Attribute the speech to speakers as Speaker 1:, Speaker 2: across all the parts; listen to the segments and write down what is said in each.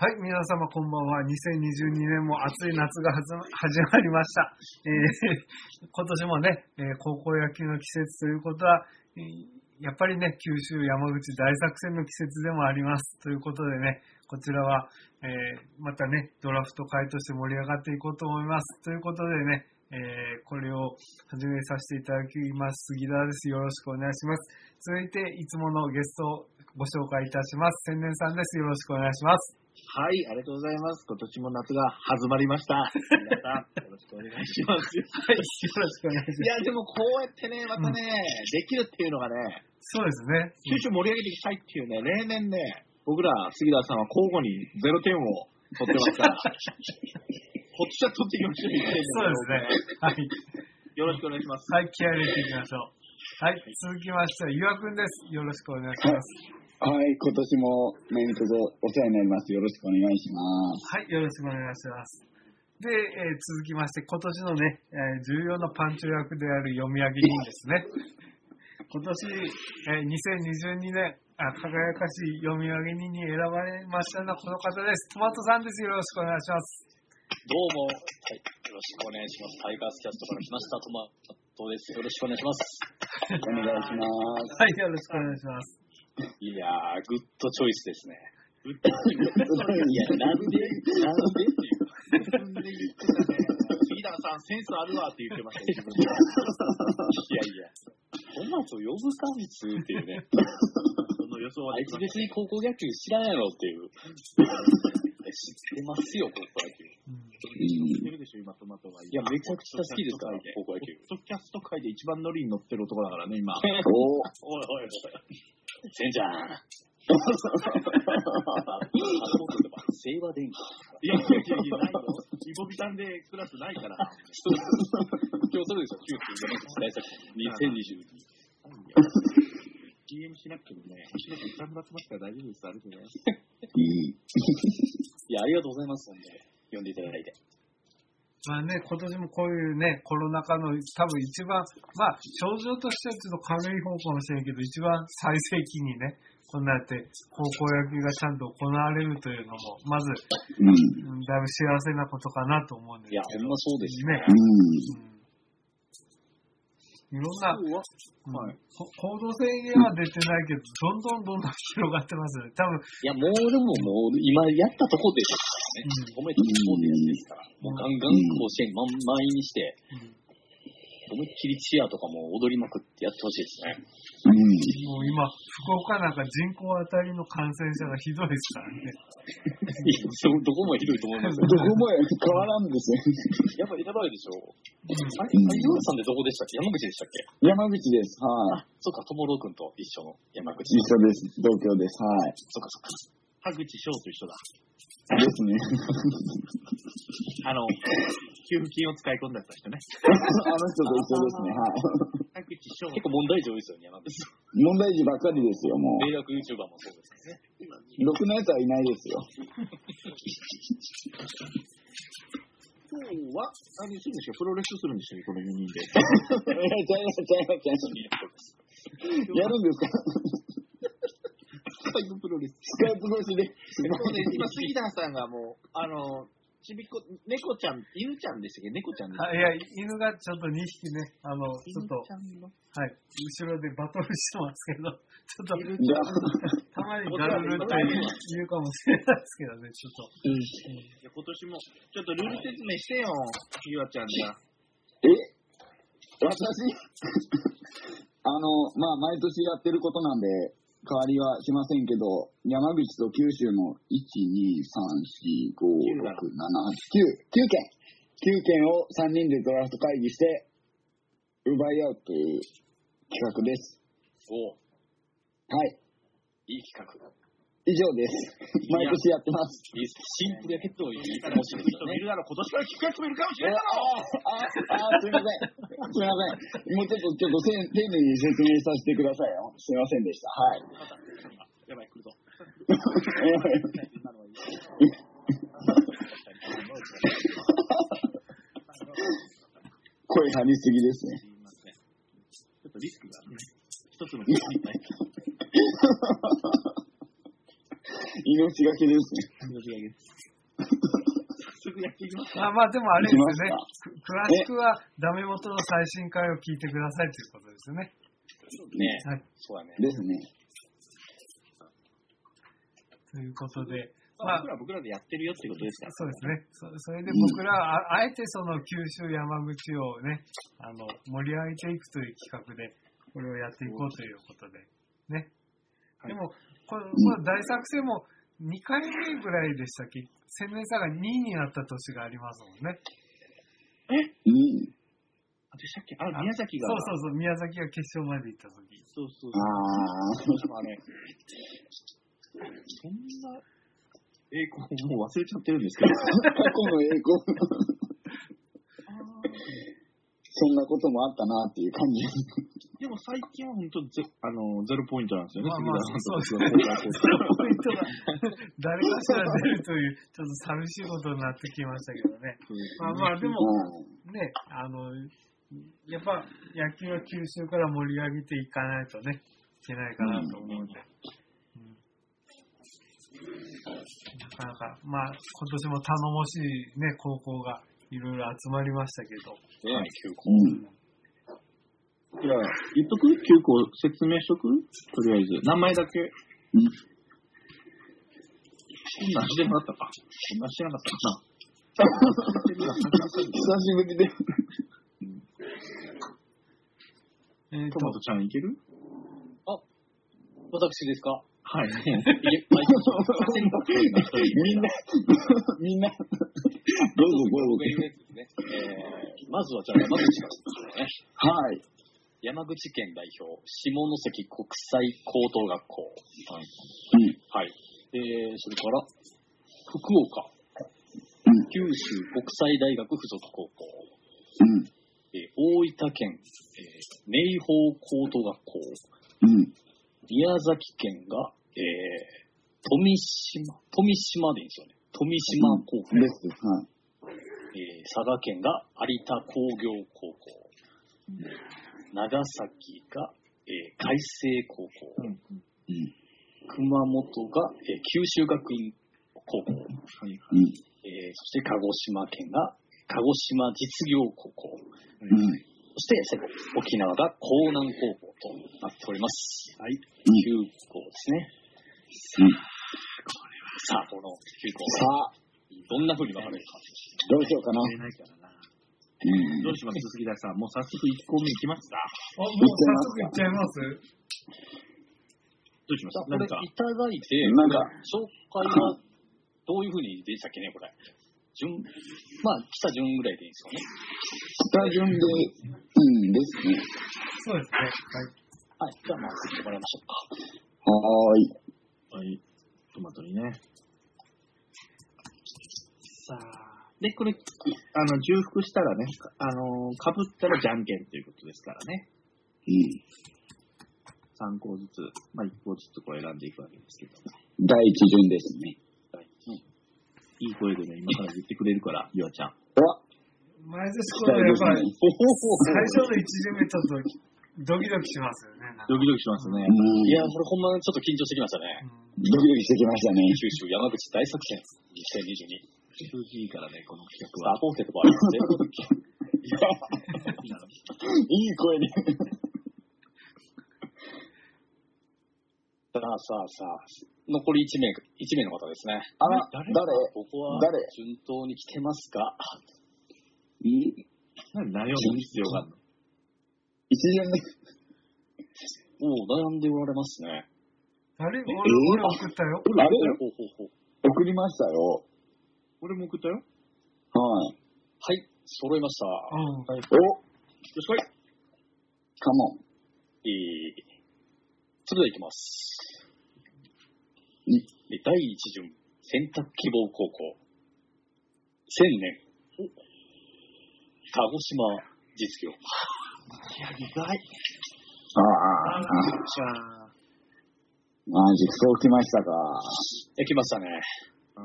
Speaker 1: はい、皆様こんばんは。2022年も暑い夏がはず始まりました。えー 今年もね、えー高校野球の季節ということは、えーやっぱりね、九州、山口大作戦の季節でもあります。ということでね、こちらは、えーまたね、ドラフト会として盛り上がっていこうと思います。ということでね、えーこれを始めさせていただきます。杉田です。よろしくお願いします。続いて、いつものゲストをご紹介いたします。千年さんです。よろしくお願いします。
Speaker 2: はい、ありがとうございます。今年も夏が始まりました。皆さん、よろしくお願いし ます。
Speaker 1: はい、よろしくお願いします
Speaker 2: い。や、でもこうやってね、またね、できるっていうのがね、
Speaker 1: そうですね。
Speaker 2: 九州盛り上げていきたいっていうね、例年ね、僕ら杉田さんは交互にゼロ点を取ってます から、こっちは取っていきましょう。
Speaker 1: そうですね。はい。
Speaker 2: すね。よろしくお願いします。
Speaker 1: はい、気合い入れていきましょう。はい、続きましては、ゆわくんです。よろしくお願いします。
Speaker 3: はい、今年も何卒お世話になります。よろしくお願いします。
Speaker 1: はい、よろしくお願いします。で、えー続きまして、今年のね、えー重要なパンチョ役である読み上げ人ですね。 今年、えー2022年、あ輝かしい読み上げ人に選ばれましたのはこの方です。トマトさんです。よろしくお願いします。
Speaker 4: どうも、はい、よろしくお願いします。タイガースキャストから来ました、トマトです。よろしくお願いします。
Speaker 3: お願いします。
Speaker 1: はい、よろしくお願いします。
Speaker 4: いやー、グッドチョイスですね。グッ
Speaker 3: いや
Speaker 4: なんで、なんでっていう。
Speaker 2: 自分で言ってたね杉田さん、センスあるわって言ってましたよ、自分で。
Speaker 4: いやいや、トマト呼ぶか、普通っていうね。
Speaker 2: その予想は
Speaker 4: あ
Speaker 2: で
Speaker 4: い
Speaker 2: き
Speaker 4: つ
Speaker 2: まし
Speaker 4: 別に高校野球知らんやろっていう。知ってますよ、高校野球。い
Speaker 1: うん
Speaker 3: うん
Speaker 2: た。知ってるでしょ、今、トマトが。い
Speaker 4: や、めちゃくちゃ好きですから、高校野球。
Speaker 2: ポッドキャスト界で一番ノリに乗ってる男だからね、今。
Speaker 3: お
Speaker 4: おいおいおい。せんちゃん。聖和電機。
Speaker 2: いやいやいやいや、ないよ。イボビタンでクラスないから。
Speaker 4: 今日それでしょ、九州大作戦2022。
Speaker 2: DM しなくてもね、後ろで痛みが詰まってたら大丈夫です、あるけどね。
Speaker 3: いい。
Speaker 4: いや、ありがとうございます、ほんで。呼んでいただいて。
Speaker 1: まあね、今年もこういうね、コロナ禍の多分一番、まあ、症状としてはちょっと軽い方かもしれんけど、一番最盛期にね、こんなやって高校野球がちゃんと行われるというのも、まず、
Speaker 3: うん。うん。
Speaker 1: うんだいぶ幸せなことかなと思うんです
Speaker 4: いや、
Speaker 1: け
Speaker 4: ほ
Speaker 1: ど
Speaker 4: んまそうです
Speaker 1: ねう
Speaker 4: ね。
Speaker 1: んいろんな、うん
Speaker 2: はい
Speaker 1: こ行動制限は出てないけど、どんどんどんどん広がってますよね。多分、
Speaker 4: いや、もうでももう、今やったとこでです
Speaker 1: う
Speaker 4: からね。おめでとうございますですから。もうガンガン甲子園満満員にして、
Speaker 1: うん
Speaker 4: 思いっきりチアとかも踊りまくってやってほしいですね。
Speaker 1: もう今、福岡なんか人口当たりの感染者がひどいですからね。
Speaker 4: いやそうどこもひどいと思いますよ。
Speaker 3: どこも変わらんですよ。
Speaker 4: やっぱ選ばれるでしょ。
Speaker 1: うん
Speaker 4: あれ、井上さんってどこでしたっけ山口でしたっ
Speaker 3: 山口です。はい。
Speaker 4: けそっか、友郎君と一緒の山口。
Speaker 3: 一緒です。同居です。はい。
Speaker 4: そっかそ
Speaker 2: 田
Speaker 4: っか。
Speaker 2: 口翔と一緒だ。
Speaker 3: ですね。
Speaker 2: あの、給付金を使い込んだ人ね。
Speaker 3: あの人と一緒ですね。は
Speaker 2: 田口翔。
Speaker 4: 結構問題上ですよね、山口。
Speaker 3: い。問題児ばっかりですよ、も
Speaker 4: 迷惑 YouTuber もそうですね。
Speaker 3: う。ろくなやつはいないですよ。
Speaker 2: 今日は、あれするんでしょプロレスするんでしょこの4人で。
Speaker 3: いや、ちゃいます、ちゃいます、ちゃいます。 やるんですか
Speaker 2: スカイププロレス。
Speaker 3: スカイプ越しで。
Speaker 2: そうね、今、杉田さんがもう、あの、ちびっこ、猫ちゃん、犬ちゃんでしたっけ猫ちゃんでしたっ
Speaker 1: あいや、犬がちょっと2匹ね、あの、
Speaker 2: け
Speaker 1: ちょっと、
Speaker 2: 犬ちゃんの。
Speaker 1: はい、後ろでバトルしてますけど、ちょっ
Speaker 3: じゃあ、
Speaker 1: と、たまにガルルって言うかもしれないですけどね、ちょっと。
Speaker 2: いや今年も、ちょっとルール説明してよ、ひわちゃんが。
Speaker 3: え私 あの、まあ、毎年やってることなんで、変わりはしませんけど、山口と九州の1、2、3、4、5、6、7、8、9、9件 !9 件を3人でドラフト会議して、奪い合うという企画です。
Speaker 4: お
Speaker 3: はい。
Speaker 4: いい企画。
Speaker 3: 以上です。毎年やってます。
Speaker 4: いいっすシンプルやけど、いい
Speaker 2: だか
Speaker 4: か
Speaker 2: ら
Speaker 4: も
Speaker 2: 知
Speaker 4: しれ
Speaker 2: る
Speaker 4: ないです
Speaker 2: 人も
Speaker 4: よ
Speaker 2: いるだろう、今
Speaker 4: ね。
Speaker 2: 年から企画増えるかもしれんだろ
Speaker 3: あ
Speaker 2: う
Speaker 3: あ、あ、すみません。すみません。もうちょっと、ちょっとせん丁寧に説明させてくださいよ。すみませんでした。はい。
Speaker 2: やばい、来るぞ。
Speaker 3: 声張りすぎですね。
Speaker 2: すいません。ちょっとリスクがあるね。一つの企画に対して。
Speaker 3: 井命がけですね。
Speaker 2: すぐやっていきます
Speaker 1: まあまあ、でもあれですよね
Speaker 3: 行き
Speaker 1: く詳しく
Speaker 3: ま。
Speaker 1: は、ダメ元の最新回を聞いてくださいということですよね。
Speaker 2: ね。
Speaker 1: はい。
Speaker 4: そうだね。
Speaker 3: ですね。
Speaker 1: ということで、
Speaker 2: ま
Speaker 1: まあ
Speaker 2: あ、僕らは僕らでやってるよってことですから。
Speaker 1: そうですね。そそれで僕らは、ああえてその九州山口をね、あの、盛り上げていくという企画で、これをやっていこうということで、ね。
Speaker 2: はい
Speaker 1: でも、このこの大作戦も2回目ぐらいでしたっけ千年差が2位になった年がありますもんね。
Speaker 3: うん。
Speaker 2: あ、でしたっけあ、宮崎が。
Speaker 1: そうそうそう、宮崎が決勝まで行った時。
Speaker 2: そうそう。
Speaker 3: あー。
Speaker 2: あれ。そんな、えー、ここもう忘れちゃってるんですけど。
Speaker 3: 過去の栄光。そんなこともあったなっていう感じ。
Speaker 2: でも最近は本当ゼ、あの、ゼロポイントなんですよね。
Speaker 1: まあまあ
Speaker 2: 杉田さんと僕はこう
Speaker 1: ポイントが誰かしら出るという、ちょっと寂しいことになってきましたけどね。まあまあ、でも、
Speaker 3: うん
Speaker 1: ね、あの、やっぱ野球は吸収から盛り上げていかないとね、いけないかなと思うんで。うんなかなか、まあ、今年も頼もしいね、高校がいろいろ集まりましたけど、
Speaker 2: ね
Speaker 4: はい、休校。
Speaker 3: うん。
Speaker 2: いや、言っとく ?9 個説明しとくとりあえず。名前だけ。
Speaker 3: ん
Speaker 2: こんなんしてなかったか。こんなんしてなかったかな。
Speaker 3: 久しぶりで。
Speaker 1: えーと
Speaker 2: トマトちゃんいける
Speaker 4: 私ですか
Speaker 2: はい。
Speaker 4: いえ、まあ、
Speaker 3: みんな、みんな、どうぞどう
Speaker 4: 僕
Speaker 3: ぞ
Speaker 4: が。言うやつですね。えー、まずはじゃあ山口からですね。
Speaker 3: はい。
Speaker 4: 山口県代表、下関国際高等学校。はい。
Speaker 3: うん
Speaker 4: はい。えー、それから、福岡
Speaker 3: うん、
Speaker 4: 九州国際大学附属高校、
Speaker 3: うん。
Speaker 4: えー大分県、えー明豊高等学校、
Speaker 3: うん。
Speaker 4: 宮崎県が、えー、富島、富島でいいんですよね。富島高校、
Speaker 3: です。はい。
Speaker 4: えー佐賀県が有田工業高校、長崎が、えー海星高校、
Speaker 3: うん。
Speaker 4: 熊本が、えー九州学院高校、
Speaker 3: うん。
Speaker 4: えーそして鹿児島県が鹿児島実業高校、
Speaker 3: うん。
Speaker 4: そして最後沖縄が江南高校となっております。はい、
Speaker 3: ん
Speaker 4: 9校ですね。
Speaker 3: うん
Speaker 4: さあ、この9校
Speaker 3: さあ、
Speaker 4: どんな風に分かれるか。
Speaker 3: どうしようかな。
Speaker 2: 入れないからな。
Speaker 3: うん
Speaker 2: どうします杉田さん。もう早速1個目いきますか。
Speaker 1: あもう早速いっちゃいます
Speaker 2: どうしま
Speaker 4: じゃあ、
Speaker 2: す
Speaker 4: これ
Speaker 2: 何
Speaker 4: いた
Speaker 2: か
Speaker 4: だ。いて、
Speaker 3: なんか
Speaker 4: 紹介はどういう風にでしたっけね、これ。順、まあ、来た順ぐらいでいいんですかね。
Speaker 3: 下順で、うんですね。
Speaker 1: そうですね。
Speaker 4: はい、じゃあ、まあ、送ってもらいましょうか。
Speaker 3: はーい。
Speaker 2: はい。トマトにね。
Speaker 1: さあ、
Speaker 2: で、これ、あの、重複したらね、あの、かぶったらじゃんけんということですからね。
Speaker 3: うん。
Speaker 2: 3個ずつ、まあ1個ずつこう選んでいくわけですけど。
Speaker 3: 第一順ですね。
Speaker 2: いい声でね、今から言ってくれるから、ゆあちゃん。
Speaker 3: うわ、
Speaker 1: 前田
Speaker 3: 来
Speaker 1: 君
Speaker 3: た
Speaker 1: はやっぱり
Speaker 3: よ、ね。
Speaker 1: 最初の1巡目ちょっとドキドキしますよね。なんか
Speaker 2: ドキドキしますね
Speaker 3: う。ん。
Speaker 4: いや、これほんまちょっと緊張してきましたね。
Speaker 1: うん
Speaker 3: ドキドキしてきましたね。
Speaker 4: 九州山口大作戦2022。
Speaker 2: 数字いいからね、この企画
Speaker 4: サ
Speaker 2: は。
Speaker 4: ポーテとバランスで。
Speaker 3: いい声で。
Speaker 4: さあさあさあ、残り1名、一名の方ですね。
Speaker 3: あら、
Speaker 2: 誰
Speaker 3: 誰
Speaker 4: ここは
Speaker 3: 誰
Speaker 4: 順当に来てますか
Speaker 3: い
Speaker 2: 何悩む必要があるの
Speaker 3: 一巡目。
Speaker 4: おお、悩んでおられますね。
Speaker 1: 誰俺、
Speaker 3: え
Speaker 1: 俺送ったよ。
Speaker 3: あれ
Speaker 4: ほうほうほう
Speaker 3: 送りましたよ。
Speaker 2: 俺も送ったよ。
Speaker 3: はい。
Speaker 4: はい、揃いました。よ
Speaker 1: うん。
Speaker 3: お、
Speaker 4: しこい。
Speaker 3: カモン。
Speaker 4: えー、それではいきます。
Speaker 3: うん
Speaker 4: え第1巡、選択希望高校。千年。鹿児島実業。
Speaker 2: いや、意外。
Speaker 3: あ
Speaker 1: あ
Speaker 3: あ、
Speaker 1: ら
Speaker 2: じゃあ、
Speaker 3: マジ、そうきましたか。
Speaker 4: できましたね。
Speaker 2: は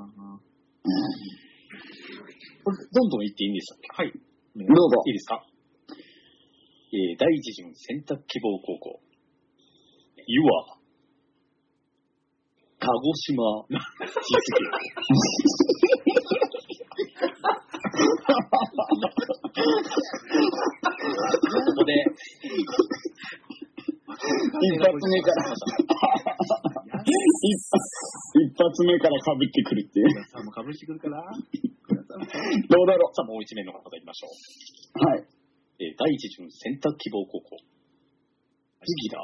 Speaker 4: これ、どんどん行っていいんですか
Speaker 2: い。
Speaker 3: どうぞ
Speaker 4: いい。ですかえー、第一巡選択希望高校。ユア、鹿児島実業。ここで、
Speaker 3: 一発目から。一一発目から被ってくるっていう。
Speaker 2: さんもかぶしてくるから。
Speaker 3: どうだろ
Speaker 4: さあもう一名の方いきましょう。
Speaker 3: う。はい。
Speaker 4: えー第一巡選択希望高校。次だ。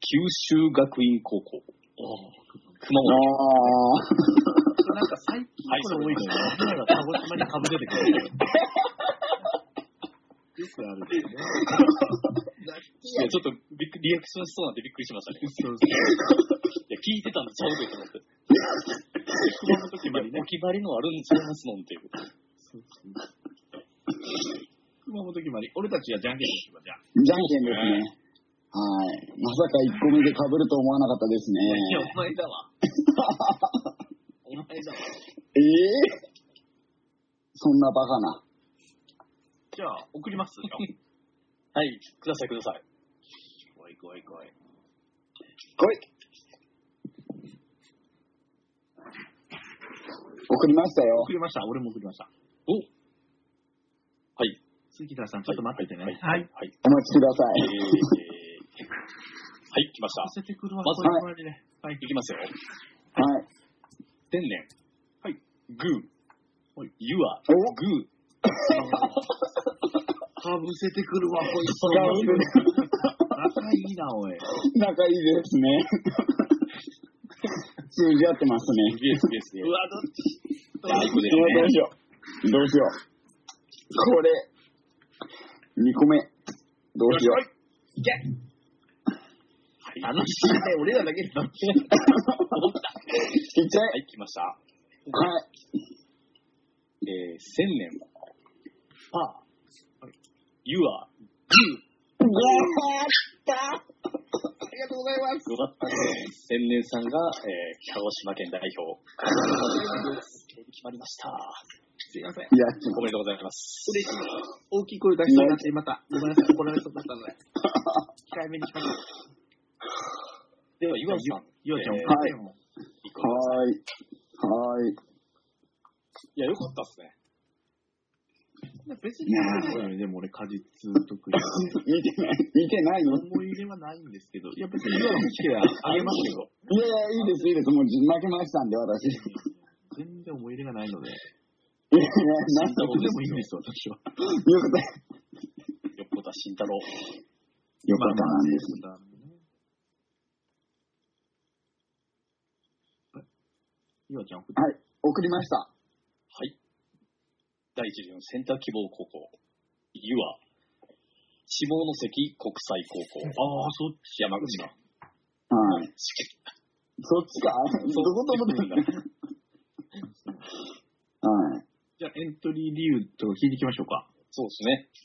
Speaker 4: 九州学院高校。熊
Speaker 3: あ
Speaker 4: 本。
Speaker 3: あ。
Speaker 2: なんか最近これ多いのよ。みんなが鹿児島にかぶれてくるのよ。よくあるんだよね。
Speaker 4: いやちょっとびっくりリアクションしそうなんでびっくりしましたね。
Speaker 2: そうそう。
Speaker 4: いや、聞いてたんちゃうでと思って。
Speaker 2: 熊本決まりね
Speaker 4: お。決まりのあるんちゃいますのんっていう。
Speaker 2: そうそう熊本決まり。俺たちはじゃんけんしようか、じゃあ。
Speaker 3: じゃんけんですね。はい。まさか1個目で被ると思わなかったですね。
Speaker 2: いや、お前だわ。 お前だわ。
Speaker 3: ええそんなバカな。
Speaker 2: じゃあ、送ります。じゃあ
Speaker 4: はい、くださいください。
Speaker 2: 怖い怖い怖い。
Speaker 3: 来い送りましたよ
Speaker 2: 送。りました。俺も送りました。
Speaker 4: おはい。
Speaker 2: 杉田さん、ちょっと待っててね。
Speaker 1: はい。
Speaker 4: はい。
Speaker 3: お待ちくださ
Speaker 4: えー、
Speaker 3: い。
Speaker 4: はい、来ました。
Speaker 2: させてくるわ、
Speaker 4: まず
Speaker 2: こういう周りで。はい。
Speaker 4: いきますよ。
Speaker 3: はい。
Speaker 4: 天然。
Speaker 2: はい。
Speaker 4: グー。
Speaker 2: はい。
Speaker 4: ユア。
Speaker 3: お
Speaker 4: グー。
Speaker 2: かぶせてくるわ、こいつ。
Speaker 3: かぶせ
Speaker 2: 仲いいな、おい。
Speaker 3: 仲いいですね。 通じ合ってますね。
Speaker 4: イエスイエスイエス。
Speaker 2: うわ、どっち
Speaker 4: 最後で
Speaker 3: うわどう
Speaker 4: ね。
Speaker 3: しよう。どうしよう。これ、2個目。どうしよう。
Speaker 2: いけ楽しいね、俺らだけで 楽しい。
Speaker 3: ちっちゃ。
Speaker 4: はいい、来ました。
Speaker 3: はい。
Speaker 4: えー、千年。パー
Speaker 2: はい。
Speaker 4: ユア。
Speaker 3: うわーやった
Speaker 2: ありがとうございます。
Speaker 4: よかったね。千年さんが、えー、鹿児島県代表。鹿児島県決まりました。
Speaker 2: すいません。
Speaker 3: やっちま
Speaker 4: おめでとうございます。
Speaker 2: 嬉しい。大きい声出しそうになって、また、ごめんなさい、怒られそうだったので。控えめにしました。
Speaker 4: では、ユアさん。
Speaker 2: ゆあちゃん、
Speaker 4: えー
Speaker 3: はい
Speaker 2: も
Speaker 4: 一個
Speaker 3: はーい。はーい。
Speaker 4: いや、よかったっすね。
Speaker 2: 別に、でも俺、果実得意で
Speaker 3: 見てない、見てないのい
Speaker 2: 思い入れはないんですけど、いや、別に、ゆあのしはあげますけど、
Speaker 3: やいや、いいです、いいです。もうじ負けましたんで、私。いや
Speaker 2: 全然思い入れがないので、
Speaker 3: いや、なんと
Speaker 2: ど
Speaker 3: も
Speaker 2: こでもいいんですよ、私は。
Speaker 3: よくない。
Speaker 4: 横田慎太郎。
Speaker 3: よかったなんです。
Speaker 2: まあまあねゆあちゃん送って、
Speaker 3: はい、送りました。
Speaker 4: はい。第一巡選択希望高校。ユア。下関国際高校。ああ、そっち。山口の。
Speaker 3: はい。そっちか。どこと思ってんだ。はい。
Speaker 2: じゃあエントリー理由と聞いていきましょうか。
Speaker 4: そうです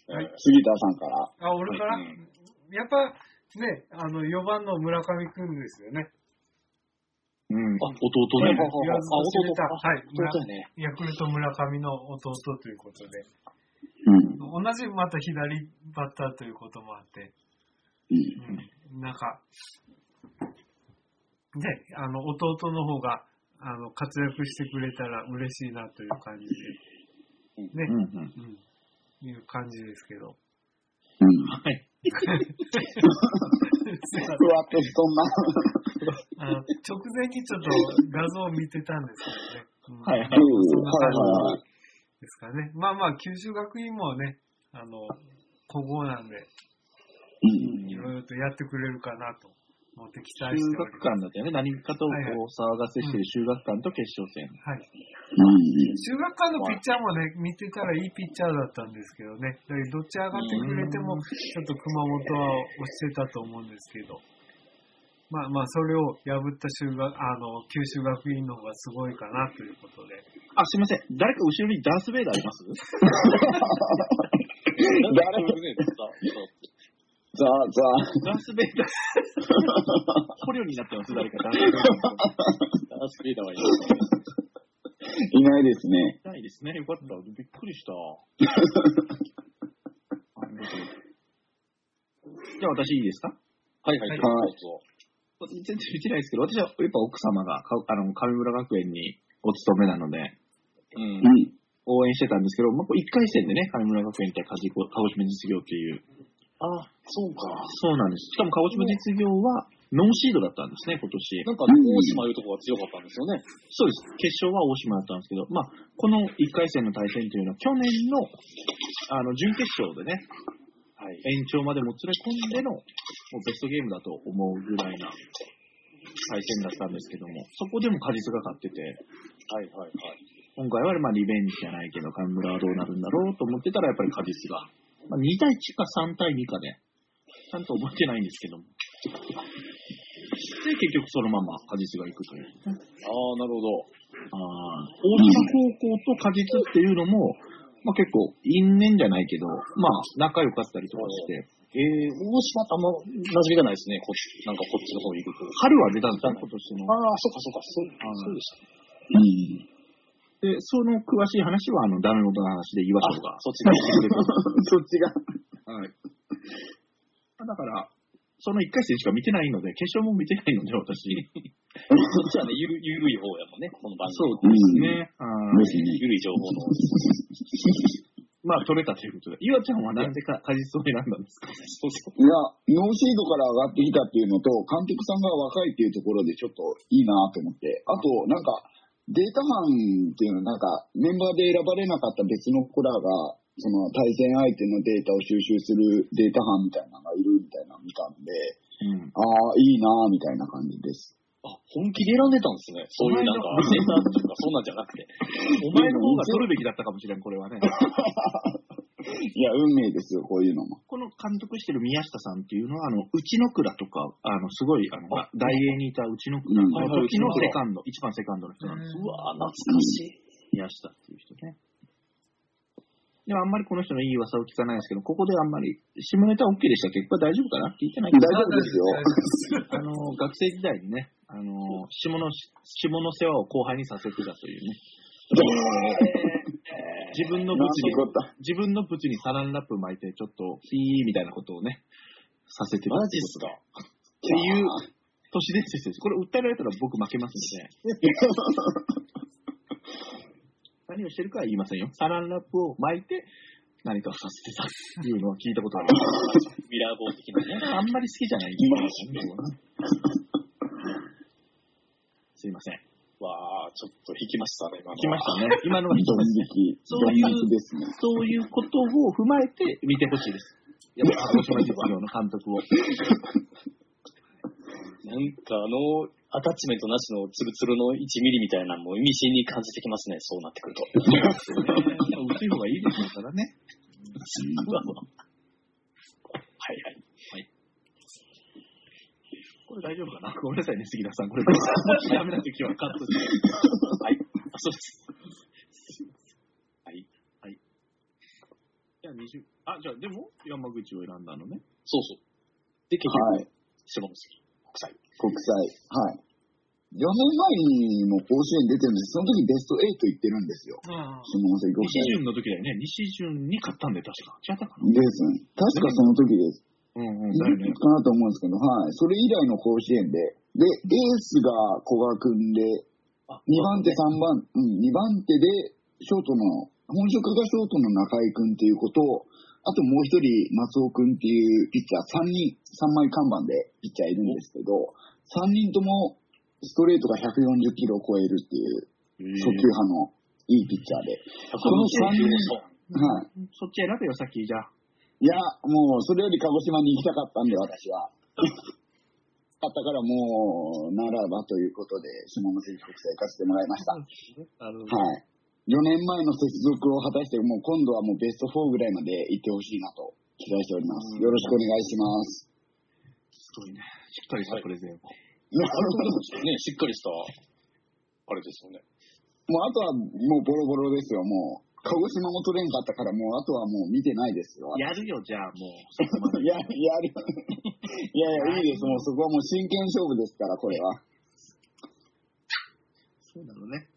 Speaker 4: ね。
Speaker 1: はい
Speaker 4: えー
Speaker 3: 杉田さんから。
Speaker 1: あ、俺から、
Speaker 4: うん
Speaker 1: やっぱ、ね、あの、4番の村上くんですよね。
Speaker 2: うん
Speaker 4: あ、弟ね。
Speaker 1: 言わずと知れた。
Speaker 4: あ、弟。
Speaker 1: はい。村
Speaker 4: 弟やね。
Speaker 1: ヤクルト村上の弟ということで。
Speaker 3: うん。
Speaker 1: 同じまた左バッターということもあって、
Speaker 3: うん
Speaker 1: うん、なんか、ね、あの、弟の方が、あの、活躍してくれたら嬉しいなという感じで、ね、
Speaker 2: うんうん
Speaker 1: うん、いう感じですけど。
Speaker 3: うん。
Speaker 2: はい。
Speaker 1: すいま
Speaker 3: ふわっとそんな。
Speaker 1: せんあの直前にちょっと画像を見てたんですけどね。うん
Speaker 2: はいはい
Speaker 3: うん。
Speaker 1: そんな感じ
Speaker 3: はいはいはい。
Speaker 1: ですかね。まあまあ、九州学院もね、あの、古豪なんで、
Speaker 3: うん。
Speaker 1: いろいろとやってくれるかなと思って期
Speaker 2: 修
Speaker 1: 待しており
Speaker 2: 学
Speaker 1: ます。
Speaker 2: 館だったよね。何かとこ
Speaker 1: はいはいう
Speaker 2: 騒がせしてる修学館と決勝戦。
Speaker 1: はい。
Speaker 3: うん。
Speaker 1: 中学館のピッチャーもね、見てたらいいピッチャーだったんですけどね。だからどっち上がってくれても、ちょっと熊本は押してたと思うんですけど。まあまあ、それを破った修学、あの、九州学院の方がすごいかなということで。
Speaker 2: あ、すいません。誰か後ろにダース・ベイダーいます
Speaker 3: 誰ざわざわ。
Speaker 2: ダース・ベイダー。捕虜になってます、誰か。ダース・ベイダ
Speaker 4: ダース・ベイダーはいい。
Speaker 3: いないですね。
Speaker 2: ー。ないですね。よかった。びっくりした。ありがとうじゃあ私いいですか
Speaker 4: はいはい。
Speaker 1: はい
Speaker 4: どう
Speaker 3: は
Speaker 4: ぞ
Speaker 3: い
Speaker 4: どうぞ
Speaker 2: 全然見てないですけど、私はやっぱ奥様がかあの上村学園にお勤めなので、
Speaker 4: うん。
Speaker 3: うん。
Speaker 2: 応援してたんですけど、まあ、こう1回戦でね、上村学園対鹿児鹿児島実業っていう、
Speaker 4: あ、そうか。
Speaker 2: そうなんです。しかも鹿児島実業はノンシードだったんですね、今年。
Speaker 4: なんか、大島いうとこが強かったんですよね。
Speaker 2: そうです。決勝は大島だったんですけど、まあ、この1回戦の対戦というのは、去年の、あの、準決勝でね、
Speaker 4: はい。
Speaker 2: 延長までもつれ込んでの、もうベストゲームだと思うぐらいな対戦だったんですけども、そこでも果実が勝ってて、
Speaker 4: はいはいはい。
Speaker 2: 今回はまあリベンジじゃないけど、神村はどうなるんだろうと思ってたら、やっぱり果実が、まあ、2対1か3対2かで、ちゃんと覚えてないんですけども。で、結局そのまま果実が行くという。
Speaker 4: ああ、なるほど。
Speaker 2: ああ、大島高校と果実っていうのも、まあ、結構因縁じゃないけど、まあ仲良かったりとかして、
Speaker 4: えー、大島ってあんま馴染みがないですね。こっち、なんかこっちの方にいると。
Speaker 2: 春は出たんですよ、今年の。
Speaker 4: ああ、そうかそうか。そうそうでした。
Speaker 3: うん。
Speaker 2: で、その詳しい話は、あの、ダメ元の話で岩
Speaker 4: あ
Speaker 2: 城が。、
Speaker 4: そっちが。
Speaker 3: そっち
Speaker 2: は
Speaker 3: が。
Speaker 2: い。あだから、その1回戦しか見てないので、決勝も見てないので、私。
Speaker 4: そっちはね、ゆる、ゆるい方やもんね、この番組。
Speaker 2: そうですね。は
Speaker 3: で
Speaker 2: い
Speaker 3: すね。
Speaker 4: ゆるい情報の。
Speaker 2: まあ、取れたということで。岩ちゃんはなんでか果実を選んだんですか
Speaker 4: そうそう。
Speaker 3: いや、ノーシードから上がってきたっていうのと、監督さんが若いっていうところでちょっといいなと思って、あと、なんか、データ班っていうのは、なんか、メンバーで選ばれなかった別の子らが、その対戦相手のデータを収集するデータ班みたいなのがいるみたいなの見たんで、
Speaker 2: うん。
Speaker 3: ああ、いいなみたいな感じです。
Speaker 4: あ、本気で選んでたんですね。そういうなんか、センターとか、そんなんじゃなくて。
Speaker 2: お前の方が取るべきだったかもしれん、これはね。
Speaker 3: いや、運命ですよ、こういうのも。
Speaker 2: この監督してる宮下さんっていうのは、あの、内野倉とか、あの、すごい、あの、
Speaker 4: あ
Speaker 2: 大英にいた内野倉
Speaker 3: うん
Speaker 2: の
Speaker 4: はいはい
Speaker 2: 時の
Speaker 4: 内
Speaker 2: セ
Speaker 4: 野倉
Speaker 2: カンド、一番セカンドの人なんです。
Speaker 4: うわ懐かしい。
Speaker 2: 宮下っていう人ね。でもあんまりこの人のいい噂を聞かないですけど、ここであんまり、下ネタ OK でした結果大丈夫かな聞いてないけ
Speaker 3: 大
Speaker 2: ど、
Speaker 3: 丈夫ですよ。
Speaker 2: あの、学生時代にね、あの、下の、下の世話を後輩にさせてたと いうね。自分の
Speaker 3: なん
Speaker 2: ブチ
Speaker 3: て
Speaker 2: に
Speaker 3: こ、った。
Speaker 2: 自分のブチにサランラップ巻いて、ちょっと、ピーみたいなことをね、させてた
Speaker 4: マジっすか。
Speaker 2: ていう都市伝説です。これ訴えられたら僕負けますので。何をしてるかは言いませんよ。サランラップを巻いて、何かをさせてたっていうのを聞いたことあります。
Speaker 4: ミラーボール的な ね。
Speaker 2: あんまり好きじゃないんですけどね僕はねすいません。
Speaker 4: わあ、ちょっと引きましたね、今のは
Speaker 2: 来ましたね。今のは一
Speaker 3: ドン
Speaker 2: つで
Speaker 3: 引
Speaker 2: す。
Speaker 3: き、
Speaker 2: そ
Speaker 3: ド
Speaker 2: う
Speaker 3: ン
Speaker 2: いう
Speaker 3: 引きですね。
Speaker 2: そういうことを踏まえて見てほしいです。やっぱ鹿児島実業の監督を。
Speaker 4: なんかあの、アタッチメントなしのツルツルの1ミリみたいなのも意味深に感じてきますね、そうなってくると。
Speaker 2: 薄い方がいいでしょうからね。
Speaker 4: はいはい。
Speaker 2: これ大丈夫かなごめんなさいね、杉田さん。これ、もしダメな時はカットして。
Speaker 4: はい。あ、そうです。
Speaker 2: じゃあ20、あ、じゃあでも山口を選んだのね。
Speaker 4: そうそう。で、結
Speaker 3: はい。
Speaker 4: 局、下関国際。
Speaker 3: 国際。はい。4年前にも甲子園出てるんです。その時ベスト8行ってるんですよ。
Speaker 1: あ
Speaker 3: 下関国
Speaker 2: 西
Speaker 3: 際。
Speaker 2: 潤の時だよね。西潤に勝ったんで、確か。違ったかな
Speaker 3: ですね。確かその時です。
Speaker 2: うんうん、
Speaker 3: か
Speaker 2: だよね。
Speaker 3: なと思うんですけど、はい。それ以来の甲子園で。で、エースが古賀君で、
Speaker 4: あ
Speaker 3: 2番手、3番、うん、2番手で、ショートの、本職がショートの中井君っていうことを、あともう一人、松尾君っていうピッチャー、3人、3枚看板でピッチャーいるんですけど、3人ともストレートが140キロを超えるっていう、初級派のいいピッチャーで。この三人はい。
Speaker 2: そっち選べよ、さっき。じゃあ。
Speaker 3: いや、もう、それより鹿児島に行きたかったんで、私は。 あったからもう、ならばということで、下関国際行かせてもらいました。
Speaker 2: あ
Speaker 3: は
Speaker 2: の、
Speaker 3: い。4年前の接続を果たして、もう今度はもうベスト4ぐらいまで行ってほしいなと期待しております。よろしくお願いします。
Speaker 2: すごいね。しっかりしたプレゼンを。
Speaker 3: も
Speaker 4: あれでもね、しっかりした、あれですよね。
Speaker 3: うあとはもうボロボロですよ、もう。鹿児島も取れんかったから、もうあとはもう見てないですよ。
Speaker 2: やるよ、じゃあ、もうそこまで。
Speaker 3: いや、やる。いやいや、いいです。もうそこはもう真剣勝負ですから、これは。
Speaker 2: そうなのね。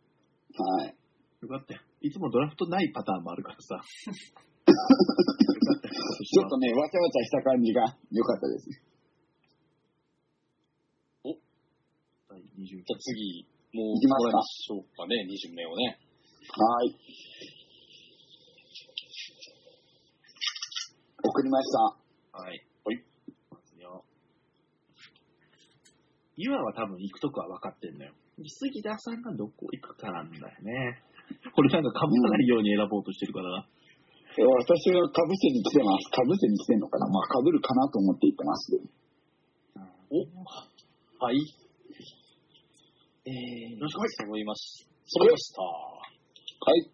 Speaker 3: はい。
Speaker 2: よかったよ。いつもドラフトないパターンもあるから さ。よかったよ
Speaker 3: ちょっとね、わちゃわちゃした感じが良かったですね。
Speaker 4: お、
Speaker 2: 20
Speaker 4: じゃあ次、もう
Speaker 3: 行きますか
Speaker 4: も
Speaker 3: ら
Speaker 4: いましょうかね、2巡目をね。
Speaker 3: はい。送りました。
Speaker 2: はい。
Speaker 4: はい。
Speaker 2: ますよ。今は多分行くとこは分かってんだよ。杉田さんがどこ行くかなんだよね。これなんか被らないように選ぼうとしてるから。
Speaker 3: 私はかぶせに来てます。かぶせに来てんのかなまあ、かぶるかなと思って行ってます。
Speaker 4: おはい。えー、よろしく揃いまし揃いました。
Speaker 3: はい。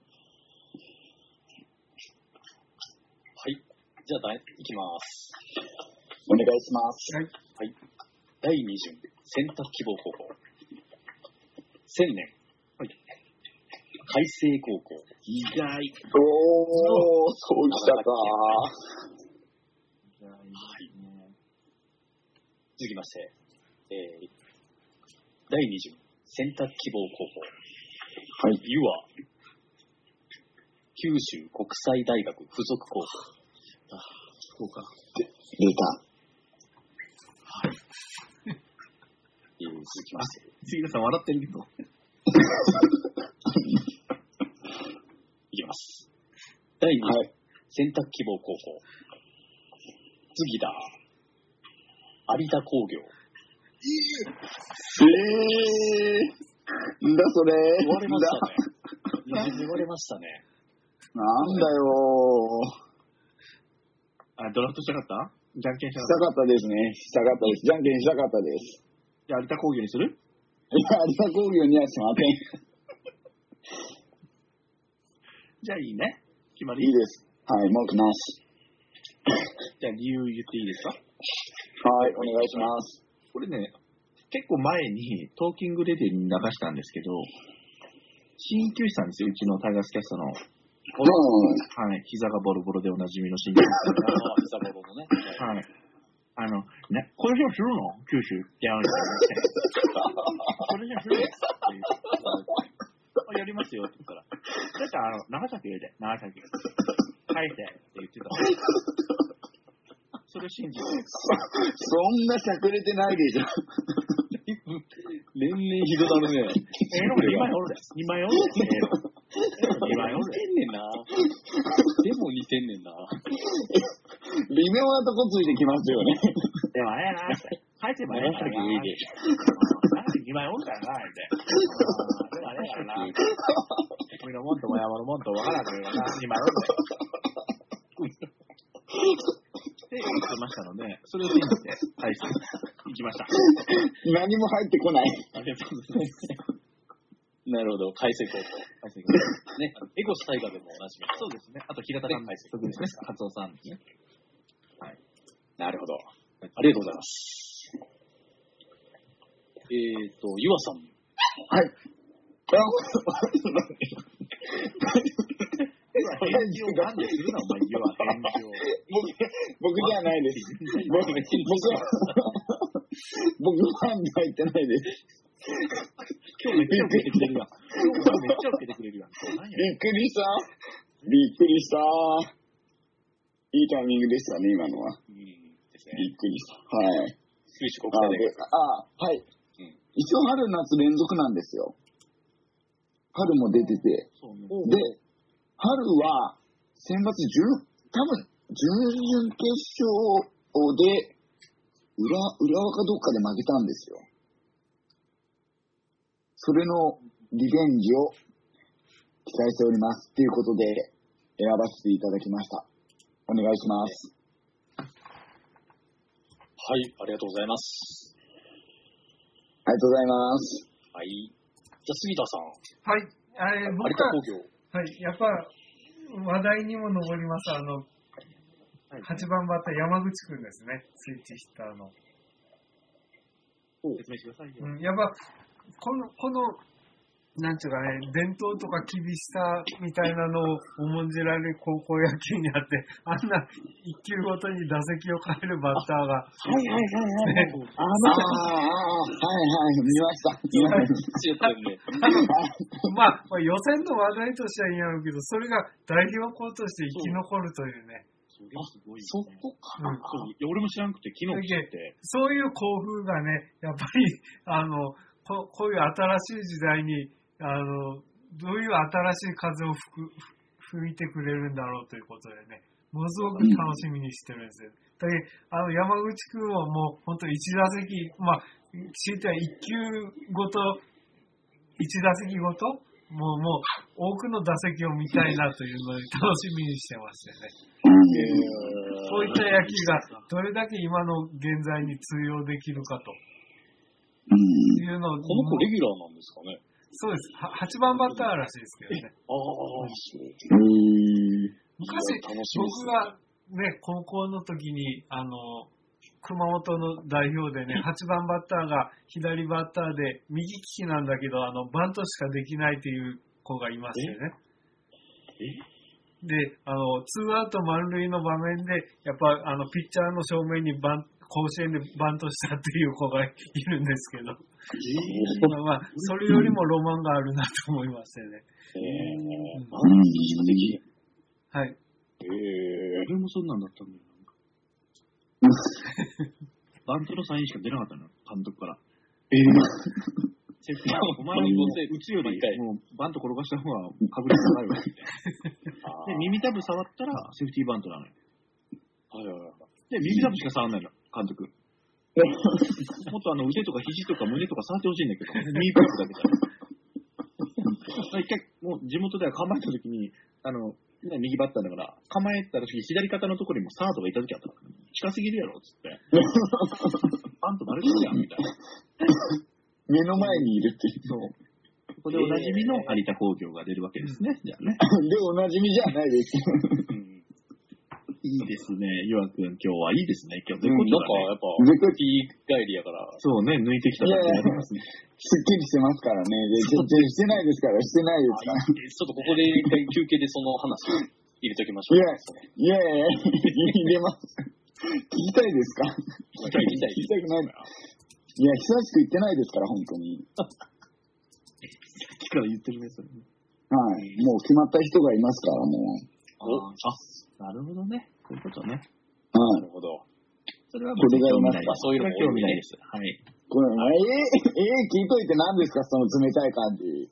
Speaker 4: はい。じゃあ、だいいきます。
Speaker 3: お願いします。
Speaker 4: 第2巡、選択希望高校。千年。はい。海星高校。
Speaker 2: 意外。意
Speaker 3: おー、そう
Speaker 4: 来
Speaker 3: 来
Speaker 4: た
Speaker 3: た
Speaker 4: か
Speaker 3: か。
Speaker 2: 外ですね。
Speaker 4: 続きまして、えー、第2巡、選択希望高校。
Speaker 3: はい。
Speaker 4: 湯は、九州国際大学附属高校。
Speaker 2: そうか。
Speaker 3: 出た。
Speaker 4: えー続きまして、
Speaker 2: 杉田さん笑ってるけど。
Speaker 4: いきます。第2
Speaker 3: は
Speaker 4: 巡、
Speaker 3: い。
Speaker 4: 選択希望高校。次だ。有田工業。
Speaker 3: えー、んだそれ。
Speaker 4: 言われました
Speaker 3: んだ
Speaker 4: ね。言われましたね。
Speaker 3: なんだよー。
Speaker 2: あ、ドラフトしたかったじゃんけんし
Speaker 3: したた
Speaker 2: かっ
Speaker 3: かったですね。したかったです。じゃんけんしたかったです。
Speaker 2: た。じゃあ有田工業にする
Speaker 3: いや、有田工業にはしません。
Speaker 2: じゃあいいね。決まり。
Speaker 3: いいです。はい、文句なし。
Speaker 2: じゃあ理由言っていいですか
Speaker 3: はい、お願いします。
Speaker 2: これね、結構前にトーキングレディに流したんですけど、鍼灸師さんですよ、うちのタイガースキャストの。
Speaker 3: う
Speaker 2: はい、膝がボロボロでおなじみの鍼灸師
Speaker 4: ああ、ピザボロのね。
Speaker 2: さん。はい。あの、ね、これじゃするの九州ってやるんじゃなくて。これじゃするのって言ってやりますよって言ったら。だってあの、長崎で、長崎。書いてって言ってた。それを信じて。
Speaker 3: ん。そんなしゃくれてない でしょ。
Speaker 4: 年々ひどなる
Speaker 2: え
Speaker 4: ね。
Speaker 2: えの2枚おるで。2枚おるで。2枚お
Speaker 4: 似
Speaker 2: るで
Speaker 4: て。んねんな。でも似てんねんな。
Speaker 3: 微妙なとこついてきますよね。
Speaker 2: でもあれやな、書いてもええからな。
Speaker 4: で。
Speaker 2: 2枚おるからな、あれで。でもあれやからな。君のもんとも山のもんとわからんけどな、2枚おるで。って言ってましたので、それを信じて、はい、行きました。
Speaker 3: 何も入ってこない。
Speaker 2: ありがとうございます。
Speaker 4: なるほど、海星高校。
Speaker 2: はいすいません
Speaker 4: ね、エゴス大河でもおなじみ。
Speaker 2: そうですね。あと、平田さんの特ですね、カツオさんですね。
Speaker 4: なるほど。ありがとうございます。えっ、ー、と、ゆわさん。
Speaker 3: はい。
Speaker 2: 返事を何でするな、お前、要は返事を。
Speaker 3: 僕じゃ ないです。僕、僕は、僕は入ってないです。
Speaker 2: 今日めっちゃ受けてくれるやん。今日めっちゃ受けてくれるやん。何や
Speaker 3: びっくりした。びっくりした。いいタイミングでしたね、今のは。
Speaker 4: うん、ですね。
Speaker 3: びっくりした。はい。
Speaker 4: 九州国
Speaker 3: あ
Speaker 4: 際大学。
Speaker 3: あはい、
Speaker 4: うん
Speaker 3: 一応春夏連続なんですよ春も出てて
Speaker 2: そうね。
Speaker 3: で春は選抜10多分準々決勝で裏浦和かどっかで負けたんですよそれのリベンジを期待しておりますということで選ばせていただきましたお願いします
Speaker 4: はい、ありがとうございます。
Speaker 3: ありがとうございます
Speaker 4: はい。じゃあ、杉田さん。
Speaker 1: はい。あれ、僕
Speaker 4: 有田
Speaker 1: は
Speaker 4: 工、業。
Speaker 1: はい、やっぱ、話題にも上ります。あの、8番バッター山口くんですね。スイッチヒッターの。
Speaker 2: 説明してくださいよ。
Speaker 1: うん、やっぱ、この、この、なんていうかね、伝統とか厳しさみたいなのを重んじられる高校野球にあって、あんな一球ごとに打席を変えるバッターが、
Speaker 3: はいはいはいはい。ああ、ああ、はいはい、見ました。見まし
Speaker 4: 強くね。
Speaker 1: まあ、まあ、予選の話題としてはいいんやろうけど、それが代表校として生き残るというね、
Speaker 2: それすごい
Speaker 4: そこか
Speaker 1: う
Speaker 4: な。
Speaker 1: ん
Speaker 2: そういや俺も知らなくて、昨日来てて、
Speaker 1: そういう興奮がね、やっぱり、あの、ここういう新しい時代に、あの、どういう新しい風を吹く、ふ吹いてくれるんだろうということでね、ものすごく楽しみにしてるんですよ。だけどあの、山口くんはもう、本当1打席、まあ、強いては1球ごと、1打席ごと、もう、もう、多くの打席を見たいなというので、楽しみにしてましてね。そういった野球がどれだけ今の現在に通用できるかと
Speaker 3: うん
Speaker 1: いうのを、
Speaker 4: この子レギュラーなんですかね。
Speaker 1: そうです。は8番バッターらしいですけどね。
Speaker 4: ああ、そう。
Speaker 3: うん。
Speaker 1: 昔、
Speaker 4: 楽しみです
Speaker 1: 僕がね、高校の時に、あの、熊本の代表でね、8番バッターが左バッターで、右利きなんだけど、あの、バントしかできないという子がいましてね。で、あの、ツーアウト満塁の場面で、やっぱ、あの、ピッチャーの正面にバン、甲子園でバントしたっていう子がいるんですけど、まあまあ、それよりもロマンがあるなと思いましてね。
Speaker 4: ええ
Speaker 1: うん
Speaker 4: あんなに印象的。
Speaker 1: はい。
Speaker 4: ええ
Speaker 2: 俺もそんなんだったんだよ。なん かバントのサインしか出なかったの、監督から。
Speaker 4: ええ
Speaker 2: セーフティーお前のどうせ打つより、もうバント転がした方が確率高いわ。 で、耳たぶ触ったらセーフティーバントなのよ。
Speaker 4: はいはいはい。
Speaker 2: で、耳たぶしか触らないの、監 督。もっとあの腕とか肘とか胸とか触ってほしいんだけ ど、ミープだけだ。一回、もう地元では構えた時に、あの、ね右バッターだから、構えた時、左肩のところにもサードがいた時あったから、近すぎるやろ、つって。バント丸くるやん、みたいな。
Speaker 3: 目の前にいるっていう。
Speaker 2: そう。ここでおなじみの有田工業が出るわけですね、じゃあね。
Speaker 3: で、おなじみじゃないです。
Speaker 4: うん
Speaker 2: いいですね、ゆわくん、今日はいいですね、今日
Speaker 3: うん
Speaker 2: 絶好調
Speaker 4: なんか
Speaker 2: だね。
Speaker 4: やっ
Speaker 3: 絶
Speaker 4: ぱ、
Speaker 3: 好
Speaker 4: いい帰りやから、
Speaker 2: そうね、抜いてきただけありますね。
Speaker 3: すっきりしてますからね。で、全然してないですから、してないで
Speaker 4: あいいですちょっとここで一回休憩でその話を入れときましょう。
Speaker 3: いやすから。いやいやいや、入れます。聞きたいですか
Speaker 4: 聞きたい、聞きた
Speaker 3: 聞きたく
Speaker 4: い
Speaker 3: ない。いや、久しく行ってないですから、本当に。
Speaker 2: さっきから言ってるね、それね。
Speaker 3: はい。もう決まった人がいます
Speaker 2: あ
Speaker 3: から、も
Speaker 4: お
Speaker 2: ー、なるほどね。そういうことね。
Speaker 3: う。は。
Speaker 4: ないるほど。
Speaker 2: それは
Speaker 3: これがいます
Speaker 4: かそういうのも
Speaker 2: 興味ないです。はい。
Speaker 3: これ、えー、えー、聞いといて何ですか、その冷たい感じ。冷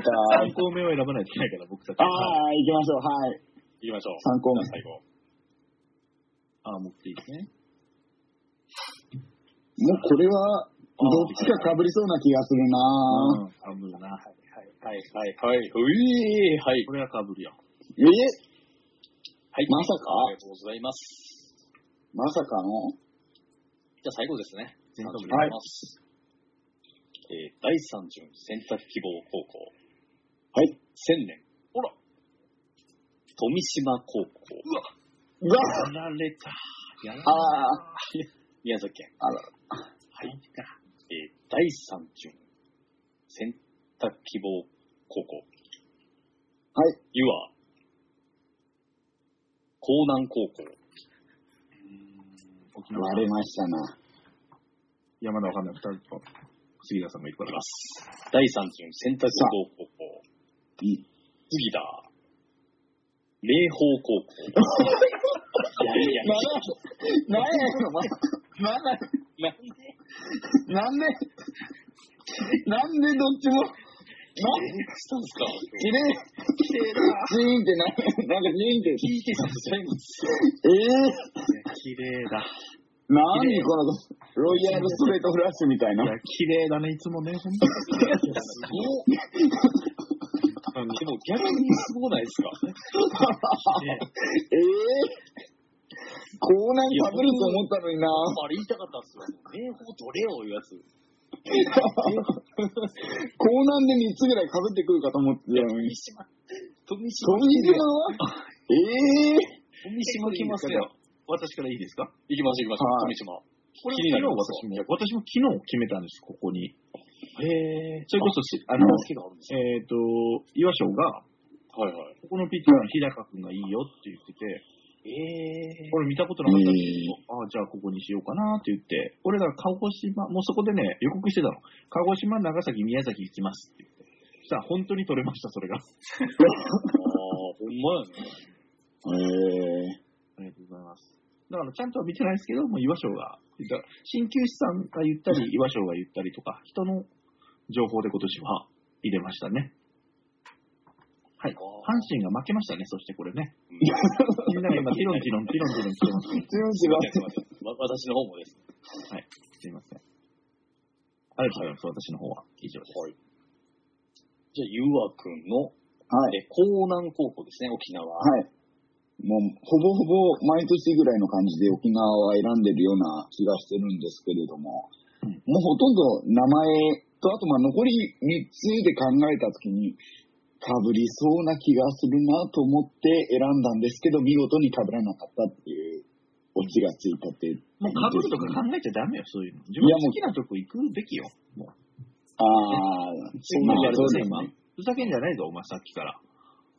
Speaker 3: た
Speaker 2: 3
Speaker 3: い。
Speaker 2: 校目を選ばないといけないから、僕たち。
Speaker 3: ああ、行きましょう。はい。
Speaker 4: 行きましょう。
Speaker 3: 参考に
Speaker 4: じゃあ
Speaker 2: あ
Speaker 4: 最後。
Speaker 2: ー、持っていいですね。
Speaker 3: もうこれは、どっちか被りそうな気がするなぁ。
Speaker 2: うん、かぶるな。
Speaker 4: はい、はい、はい、はい。ういーはい。
Speaker 2: これはかぶるよ。
Speaker 3: え
Speaker 4: はい。
Speaker 3: まさか
Speaker 4: ありがとうございます。
Speaker 3: まさかの
Speaker 4: じゃあ最後ですね。
Speaker 2: 全部
Speaker 4: 30秒あります。えー第3巡選択希望高校。
Speaker 3: はい。
Speaker 4: 千年。ほら。富島高校。
Speaker 3: う
Speaker 4: うわ
Speaker 3: わ
Speaker 2: やられた。やられ
Speaker 3: あ
Speaker 2: た。
Speaker 3: あ、
Speaker 4: 宮崎県。
Speaker 3: あら。
Speaker 4: はい。えー第3巡選択希望高校。
Speaker 3: はい。
Speaker 4: 湯は、江南高校。
Speaker 2: 沖縄
Speaker 3: 割れましたな。
Speaker 2: 山田わかんない二人と、杉田さんがいるか
Speaker 4: おり
Speaker 2: ら
Speaker 4: ま。す。第3巡選択希望高校。
Speaker 3: うん
Speaker 4: 次だ。明豊高校。いやいや、
Speaker 3: なんやのなんや
Speaker 4: なんで
Speaker 3: なんで、なんでどっちも、なん
Speaker 4: したんですか
Speaker 3: 綺麗、綺麗だ。ジーンってな、なんかジーンって。
Speaker 4: 聞いてたんちゃいます。
Speaker 3: ええ
Speaker 2: 綺麗だ。
Speaker 3: なにこの、ロイヤルストレートフラッシュみたいな。
Speaker 2: い
Speaker 3: いや
Speaker 2: や、綺麗だね、いつもね、本当に。
Speaker 4: でも逆にすごな いですか
Speaker 3: ええこうなんかぶると思ったのにな。
Speaker 4: あれ言いたかったんですよ。明豊取れよ、いうやつ。
Speaker 3: こうなんで3つぐらいかぶってくるかと思ってたのに。飛
Speaker 4: 富島
Speaker 3: び島はええ
Speaker 4: 富島来ますよ。
Speaker 2: 私からいいですか
Speaker 4: 行きましょう、行きましょう。
Speaker 3: はい
Speaker 4: 富島。
Speaker 2: これ
Speaker 4: 気になりま
Speaker 2: 私
Speaker 4: す
Speaker 2: も、私も昨日決めたんです、ここに。
Speaker 4: へぇ
Speaker 2: それこそし、あ
Speaker 4: あ
Speaker 2: の、
Speaker 4: きがあるんです
Speaker 2: えっ、と、岩翔が、
Speaker 4: はいはい。
Speaker 2: ここのピッチャーの日高君がいいよって言ってて、
Speaker 4: え
Speaker 2: 俺見たことなかったんですけ
Speaker 3: え
Speaker 2: ど、ああ、じゃあここにしようかなって言って、俺が鹿児島、もうそこでね、予告してたの。鹿児島、長崎、宮崎行きますって言って。そしたら本当に取れました、それが。あ
Speaker 4: ああ、ほんまやね。
Speaker 3: ええ
Speaker 2: りがとうございます。だからちゃんとは見てないですけど、もう岩翔が、だ鍼灸師さんが言ったり、岩匠が言ったりとか、人の情報で今年は入れましたね。はい。阪神が負けましたね、そしてこれ ね。
Speaker 4: うん
Speaker 2: みんなが今、ティロンティロン、ティロンティロンしてますね。
Speaker 3: 強い
Speaker 4: す
Speaker 3: 違
Speaker 4: いま
Speaker 3: う
Speaker 4: せん、すいません。わ私の方もです。
Speaker 2: すいません。ありがとうございます、私の方は。以上です。
Speaker 4: はい。じゃあ、ゆわくんの、
Speaker 3: はい。
Speaker 4: え、江南高校ですね、沖縄。
Speaker 3: はい。もう、ほぼほぼ毎年ぐらいの感じで沖縄は選んでるような気がしてるんですけれども、
Speaker 2: うん
Speaker 3: もうほとんど名前と、あとまあ残り3つで考えたときに、かぶりそうな気がするなと思って選んだんですけど、見事にかぶらなかったっていうオチがついたっていう。
Speaker 2: もうかぶるとか考えちゃダメよ、そういうの。自分
Speaker 3: いや
Speaker 2: の
Speaker 3: もう
Speaker 2: 好きなとこ行くべきよ。もう。
Speaker 3: ああ、そう
Speaker 2: まああ
Speaker 3: なんだ、
Speaker 2: れ
Speaker 3: そう
Speaker 2: だね、
Speaker 3: です
Speaker 2: 今
Speaker 3: ね。。
Speaker 2: ふざけんじゃないぞ、お前、さっきから。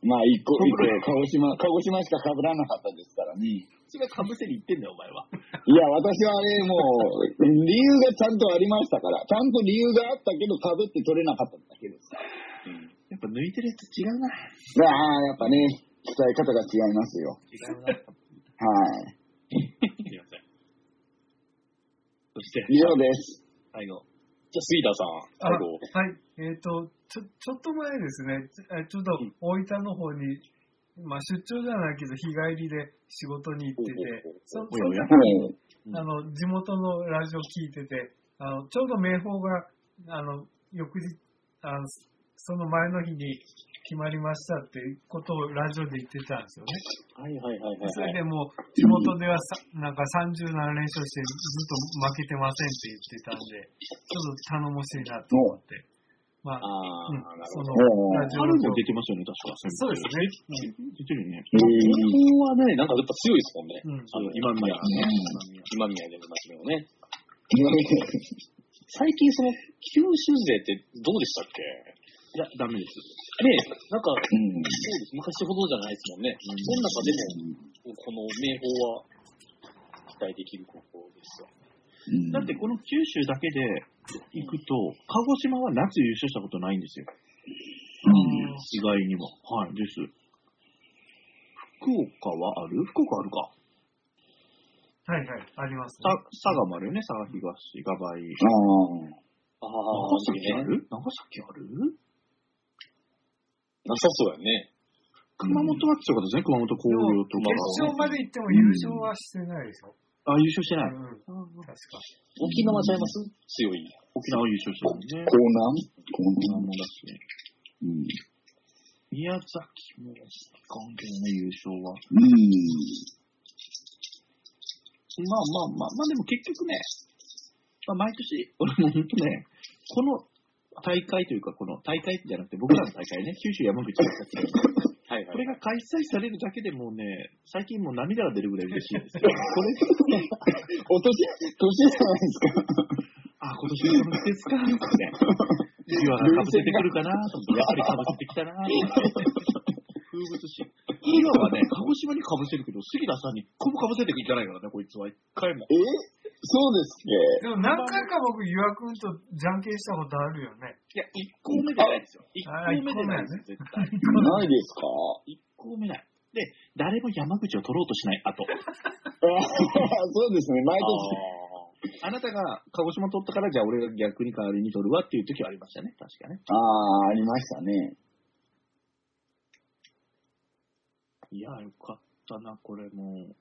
Speaker 3: まあ、一個、
Speaker 2: 被
Speaker 3: 一
Speaker 2: る
Speaker 3: 個、鹿児島、鹿児島しかかぶらなかったですからね。
Speaker 2: こっちがかぶせに行ってんだよ、お前は。
Speaker 3: いや、私はね、もう、理由がちゃんとありましたから、ちゃんと理由があったけど、かぶって取れなかっただけです。
Speaker 4: うん
Speaker 2: やっぱ抜いてるやつ違うな。
Speaker 3: ああ、やっぱね、伝え方が違いますよ。
Speaker 2: 違うな。
Speaker 3: はい。
Speaker 2: すいません。そして、
Speaker 3: 以上です。
Speaker 2: 最後。
Speaker 4: じゃあ、杉田さん、
Speaker 1: あ
Speaker 4: 最後。
Speaker 1: はい。えっ、と、ちょ、ちょっと前ですね、ちえちょっと大分の方に、まあ出張じゃないけど、日帰りで仕事に行ってて
Speaker 4: お
Speaker 1: そ
Speaker 4: うおうおう、
Speaker 2: おやおや。
Speaker 3: はい。
Speaker 2: うん
Speaker 1: あの、地元のラジオ聞いてて、あの、ちょうど名宝が、あの、翌日、あのその前の日に決まりましたっていうことをラジオで言ってたんですよね。
Speaker 4: はいはいはい
Speaker 1: でそ
Speaker 4: は
Speaker 1: れ
Speaker 4: い。
Speaker 1: でもう、地元ではさ、なんか37連勝してずっと負けてませんって言ってたんで、ちょっと頼もしいなと思って。ま
Speaker 4: あ
Speaker 1: あ、うん
Speaker 4: あー、なる
Speaker 1: そ
Speaker 4: ほ
Speaker 1: の、
Speaker 4: ど。
Speaker 1: ラジオ
Speaker 2: 春
Speaker 1: 上
Speaker 2: も出てますよね、確か。
Speaker 1: そうですね。
Speaker 2: 出てるよね。
Speaker 3: えー
Speaker 4: 高校はね、なんかやっぱ強いですもんね。
Speaker 1: うん。うん
Speaker 2: あの、今宮ね。
Speaker 3: うん
Speaker 2: 今宮
Speaker 4: 今宮でも真面目もね。
Speaker 3: ね
Speaker 4: 最近その、九州勢ってどうでしたっ
Speaker 2: い
Speaker 4: け
Speaker 2: や、ダメです。
Speaker 4: ねえなんか、そう
Speaker 3: うん
Speaker 4: です。昔ほどじゃないですもんね。その中でも、この名宝は期待できる高校ですよ。
Speaker 3: うん
Speaker 2: だって、この九州だけで行くと、鹿児島は夏優勝したことないんですよ。意外にも。はい、です。福岡はある福岡あるか。
Speaker 1: はいはい、あります
Speaker 2: さ
Speaker 1: ね。
Speaker 2: 佐賀もあるよね、佐賀東、がばい。
Speaker 3: ああ、
Speaker 4: ああ、
Speaker 2: 長崎あ。
Speaker 4: ね
Speaker 2: る長崎ある
Speaker 4: なさそうやね。
Speaker 2: 熊本は強かったですね、熊本工
Speaker 1: でも
Speaker 2: 業と
Speaker 1: 決
Speaker 2: か
Speaker 1: 勝まで行っても優勝はしてないでしょ。
Speaker 2: あ、優勝してな
Speaker 1: う
Speaker 2: い。
Speaker 1: ん、確か。
Speaker 4: 沖縄ちゃいます強い。
Speaker 2: 沖縄優勝してるね
Speaker 3: コ。ー
Speaker 2: 沖縄
Speaker 3: ナーコーナー
Speaker 2: もだし。
Speaker 3: うん。
Speaker 2: 宮崎も関係ない優勝は。
Speaker 3: うん。
Speaker 2: まあまあまあ、まあでも結局ね、まあ、毎年、俺も本当ね、この大会というか、この大会じゃなくて僕らの大会ね、九州山口の大会
Speaker 4: はいは
Speaker 2: これ
Speaker 4: い。
Speaker 2: が開催されるだけでもうね、最近もう涙が出るぐらい嬉しいですよ。これ、
Speaker 3: お年、年じゃないですか。
Speaker 2: あ、今年もこの季 節か、ってね。ビワがかぶせてくるかなと思って、やっぱりかぶせてきたなと思って。風物詩。ビワはね、鹿児島にかぶせるけど、杉田さんに一個もかぶせていかないからね、こいつは。一回も。
Speaker 3: えそうです
Speaker 1: でも何回か僕、岩くんとじゃんけんしたことあるよね。
Speaker 2: いや、一個目じゃないですよ。一
Speaker 1: あ
Speaker 2: 個目じゃないですよ、絶対。
Speaker 3: っけないですか
Speaker 2: 一個目ない。で、誰も山口を取ろうとしない、あと。
Speaker 3: ああ そうですね、毎
Speaker 4: あ
Speaker 3: 年。
Speaker 4: あ。
Speaker 2: あなたが鹿児島取ったから、じゃあ俺が逆に代わりに取るわっていう時はありましたね、確かね。
Speaker 3: ああ、ありましたね。
Speaker 2: いや、よかったな、これもう。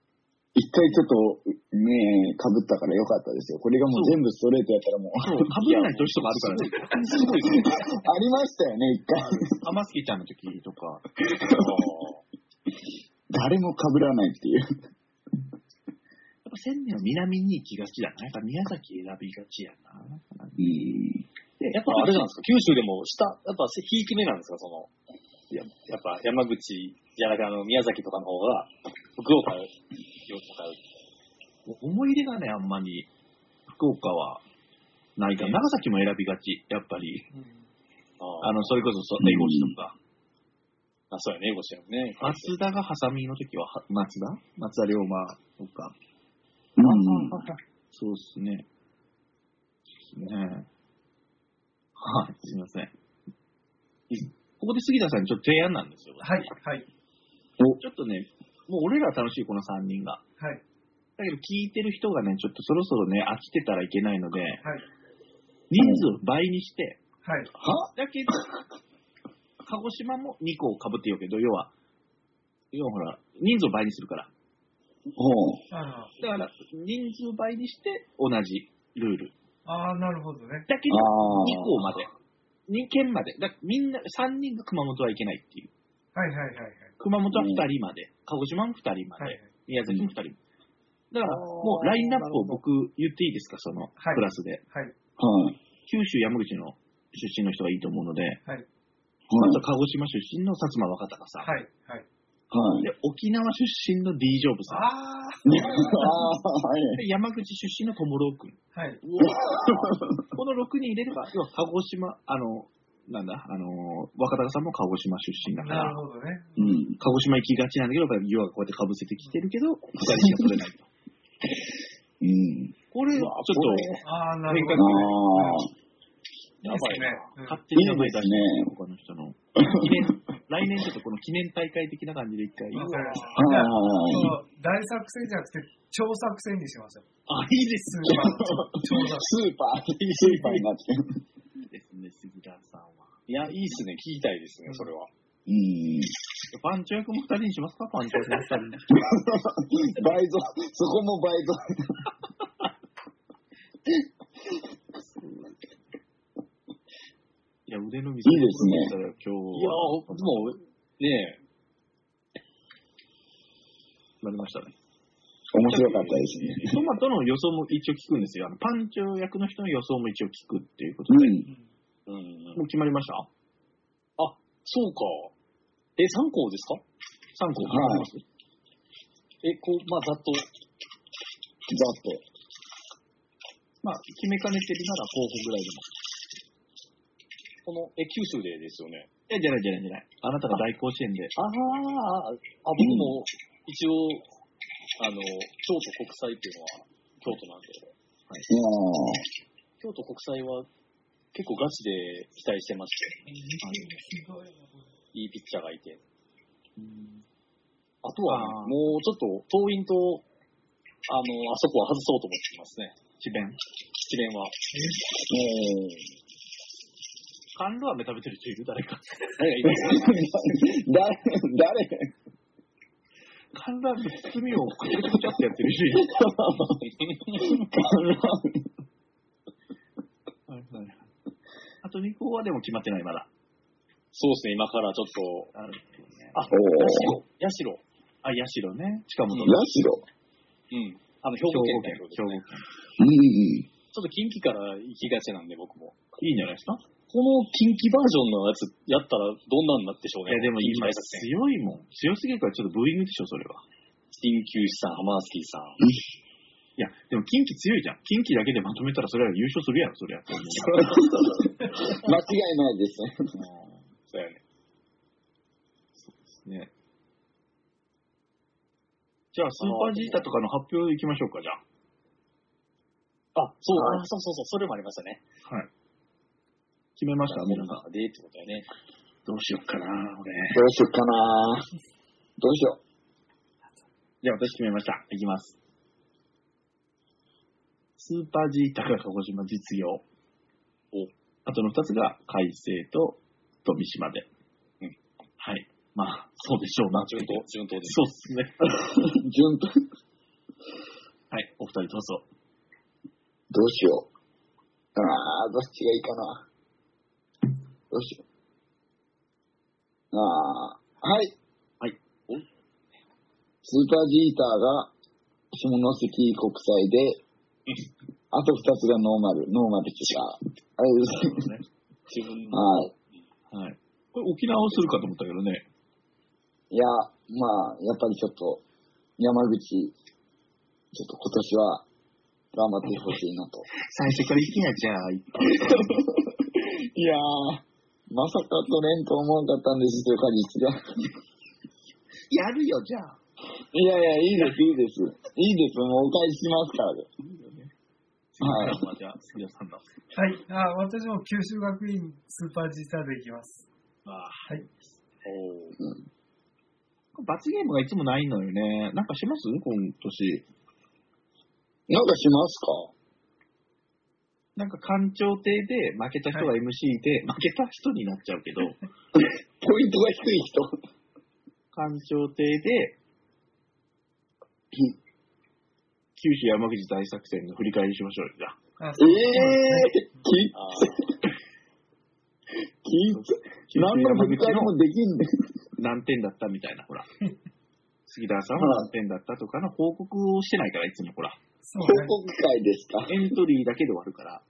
Speaker 3: 一回ちょっと、ねえ、かぶったからよかったですよ。これがもう全部ストレートやったら もう。
Speaker 2: そう、かぶれない年とかあるからね。
Speaker 3: すごいですね。ありましたよね、一回。
Speaker 2: 浜月ちゃんの時とか、
Speaker 3: 誰も被らないっていう。
Speaker 2: やっぱ千年は南に行きがちだな。やっぱ宮崎選びがちやな。
Speaker 3: うん。
Speaker 2: で、やっぱ
Speaker 4: ああれじゃないですか、九州でも下、やっぱひいき目なんですか、その、ややっぱ山口じゃなくて、あの、宮崎とかの方が、福岡よりとか、
Speaker 2: 思い入れがね、あんまり、福岡はないから、長崎も選びがち、やっぱり。あ
Speaker 4: あの、
Speaker 2: の、それこそ、そう、エゴシとか。
Speaker 4: あそうやね、ごしよね。
Speaker 2: 松田がハサミの時は、は松田松田龍馬とか。
Speaker 3: うん、
Speaker 2: そうっすね。そうっすね。はい、すいません。ここで杉田さんにちょっと提案なんですよ。
Speaker 1: はい、はい、
Speaker 2: ちょっとね、もう俺らは楽しい、この3人が。
Speaker 1: はい。
Speaker 2: だけど聞いてる人がね、ちょっとそろそろね、飽きてたらいけないので、
Speaker 1: はい
Speaker 2: 人数を倍にして、
Speaker 1: はい。
Speaker 3: は
Speaker 2: だけど、鹿児島も2個かぶってようけど、要は、要はほら、人数を倍にするから。
Speaker 3: ほう。
Speaker 1: あ
Speaker 2: だから、人数倍にして同じルール。
Speaker 1: あ、ああなるほどね。
Speaker 2: だけど、
Speaker 3: ああ。
Speaker 2: 2校まで。2県まで。だみんな、3人が熊本はいけないっていう。
Speaker 1: はいはいはいはい。
Speaker 2: 熊本は2人まで、鹿児島も2人まで、
Speaker 1: はい
Speaker 2: 宮崎も2人。だから、
Speaker 3: あー
Speaker 2: もうラインナップを僕言っていいですか、その
Speaker 1: はい
Speaker 2: クラスで。
Speaker 1: はい。
Speaker 3: はい。
Speaker 2: 九州山口の出身の人がいいと思うので、ま
Speaker 3: はい
Speaker 2: ず。は鹿児島出身の薩摩若隆さん、
Speaker 1: はいはい。
Speaker 3: はい。
Speaker 2: で沖縄出身の D ・ジョブさん、
Speaker 1: あ
Speaker 3: ああ、はい。
Speaker 2: で山口出身の友郎君。
Speaker 1: あ、はい。
Speaker 2: この6人入れれば、要は鹿児島、あの、なんだ、あの、若隆さんも鹿児島出身だか
Speaker 1: な
Speaker 2: ら
Speaker 1: る、ほどね。
Speaker 3: うん。
Speaker 2: 鹿児島行きがちなんだけど、やっぱり要はこうやって被せてきてるけど、2人しか取れないと。
Speaker 3: うん。
Speaker 2: これ、ち
Speaker 4: う
Speaker 2: ょ
Speaker 4: わ
Speaker 2: っと、
Speaker 1: ああ、なるほ
Speaker 3: あ
Speaker 1: どね。
Speaker 3: あ。
Speaker 1: いいですね。うん
Speaker 2: 勝手に名前出して、
Speaker 3: いいですね
Speaker 2: 他の人の。記念、来 年ちょっとこの記念大会的な感じで一回。
Speaker 1: わかりました
Speaker 3: はい
Speaker 1: じゃあ
Speaker 3: はいはい。
Speaker 1: そう大作戦じゃなくて、超作戦にしますよ。
Speaker 2: あ、いいです
Speaker 1: スーパーの超作
Speaker 3: スーパー、スーパーになって
Speaker 2: で
Speaker 3: る。
Speaker 2: すね、杉田さんは。
Speaker 4: いや、いいっすね。聞きたいですね、それは。
Speaker 3: うん。
Speaker 2: パンチ役も二人にしますかパンチ役も二人に。
Speaker 3: 倍増、そこも倍増。
Speaker 2: いや、腕の見せ
Speaker 3: いいですね
Speaker 2: 所見たら今
Speaker 4: い
Speaker 2: 日
Speaker 4: や
Speaker 2: は、
Speaker 4: ー、
Speaker 2: な
Speaker 4: でも、ねえ、
Speaker 2: りましたね。
Speaker 3: 面白かったですね。
Speaker 2: トマトの予想も一応聞くんですよ。あのパンチ役の人の予想も一応聞くっていうことで。
Speaker 3: うん。
Speaker 1: 戦。
Speaker 4: う
Speaker 2: も
Speaker 4: ん
Speaker 2: う決まりました
Speaker 4: そうか。え、3校ですか
Speaker 2: ?3 個決
Speaker 3: は
Speaker 2: まります。
Speaker 3: い
Speaker 4: え、こう、まあ、ざっと。
Speaker 3: ざっと。
Speaker 2: まあ、決めかねてるなら候補ぐらいでも。
Speaker 4: この、え、九州でですよね。
Speaker 2: いや、じゃないじゃないじゃない。あなたが大甲子園で。
Speaker 4: ああ、あ、僕も、一応、あの、京都国際っていうのは、京都なんで、
Speaker 3: いやー
Speaker 4: 京都国際は、結構ガチで期待してまして、
Speaker 1: すごいな、こ
Speaker 4: いいピッチャーがいて。
Speaker 2: うん
Speaker 4: あとは
Speaker 2: あー
Speaker 4: ね、もうちょっと、党員と、あの、あそこは外そうと思ってますね。
Speaker 2: 智弁。
Speaker 4: 七連は。
Speaker 3: え
Speaker 2: 甘露飴食べてる人いる誰か。
Speaker 4: 誰がいます
Speaker 3: ー誰、誰
Speaker 2: 甘露飴の包みをくちゃくちゃってやってる人いる。 あと2校はでも決まってない、まだ。
Speaker 4: そうですね、今からちょっと、
Speaker 2: あるけどね
Speaker 4: あ、
Speaker 3: お
Speaker 4: ヤシロ。
Speaker 2: あ、社ね。近本の。
Speaker 3: やしろ。
Speaker 4: うん。あの、兵
Speaker 2: 兵庫
Speaker 4: 庫県
Speaker 2: 県
Speaker 4: 代表、です
Speaker 2: 兵庫県。
Speaker 4: ね。
Speaker 3: うんうん。
Speaker 4: ちょっと近畿から行きがちなんで、僕も。
Speaker 2: いいんじゃないですか
Speaker 4: この近畿バージョンのやつ、やったらどんなんなってしょう
Speaker 2: いや、で
Speaker 4: ね。
Speaker 2: も
Speaker 4: 近
Speaker 2: 今
Speaker 4: 畿大作戦
Speaker 2: 強いもん。強すぎるからちょっとブーイングでしょ、それは。
Speaker 4: スティンキューシさん、ハマースキーさん。
Speaker 2: いや、でも近畿強いじゃん。近畿だけでまとめたらそれは優勝するやろ、それは。
Speaker 3: 間違いないです。
Speaker 4: そう
Speaker 2: ね。
Speaker 4: やね。
Speaker 2: じゃあ、スーパージータとかの発表行きましょうか、じゃあ。
Speaker 4: あ、そう、
Speaker 2: はい
Speaker 4: あそうそうそう、それもありましたね。
Speaker 2: 決めました、
Speaker 4: も
Speaker 2: 皆
Speaker 4: う
Speaker 2: さん。
Speaker 4: でってことやね。
Speaker 2: どうしようかな、俺。
Speaker 3: どうしよっかなどうしよ
Speaker 2: じゃあ、私決めました。いきます。スーパージータが鹿児島実業。
Speaker 4: お
Speaker 2: あとの2つが海星と富島で。
Speaker 4: うん
Speaker 2: はい。まあ、そうでしょうな。
Speaker 4: 順当、順当です。
Speaker 2: そうですね。
Speaker 3: う。順当。
Speaker 2: はい、お二人どうぞ。
Speaker 3: どうしよう。ああ、どっちがいいかな。どうしよう。ああ、はい。
Speaker 2: はい。
Speaker 3: おスーパージーターが下関国際で、 あと二つがノーマル。ノーマルっていうか。あれです
Speaker 2: ね。
Speaker 4: 自分の。
Speaker 3: はい。
Speaker 2: はい。これ沖縄をするかと思ったけどね。
Speaker 3: いや、まあ、やっぱりちょっと、山口、ちょっと今年は頑張ってほしいなと。
Speaker 2: 最初から行きやじゃあ、
Speaker 3: いやー、まさか取れんと思わなかったんですよ、カリスが。
Speaker 2: やるよ、じゃあ。
Speaker 3: いやいや、いいです、いいです。いいです、もうお返ししますからね。はい。
Speaker 2: まあじゃあ、杉田さんの。
Speaker 1: れはい。あ私も九州学院スーパージーターでいきます。
Speaker 2: あ
Speaker 1: はい。
Speaker 4: おー
Speaker 2: ー罰ゲームがいつもないのよね。なんかします今年。
Speaker 3: なんかしますか
Speaker 2: なんか官庁艇で負けた人が MC で、負けた人になっちゃう けど、
Speaker 3: ポイントが低い人。
Speaker 2: 官庁艇で
Speaker 3: うん、
Speaker 2: 九州山口大作戦の振り返りしましょうよ、じゃ
Speaker 1: あ
Speaker 2: あ。
Speaker 3: え
Speaker 1: そう
Speaker 3: えー、きき
Speaker 4: あ
Speaker 3: っつ。何の振り返りもできんね。
Speaker 2: 何点だったみたいな、 ほら。杉田さんは何点だったとかの報告をしてないから、いつもほら。
Speaker 1: そうね
Speaker 3: 報告会ですか。
Speaker 2: エントリーだけで終わるから、
Speaker 3: は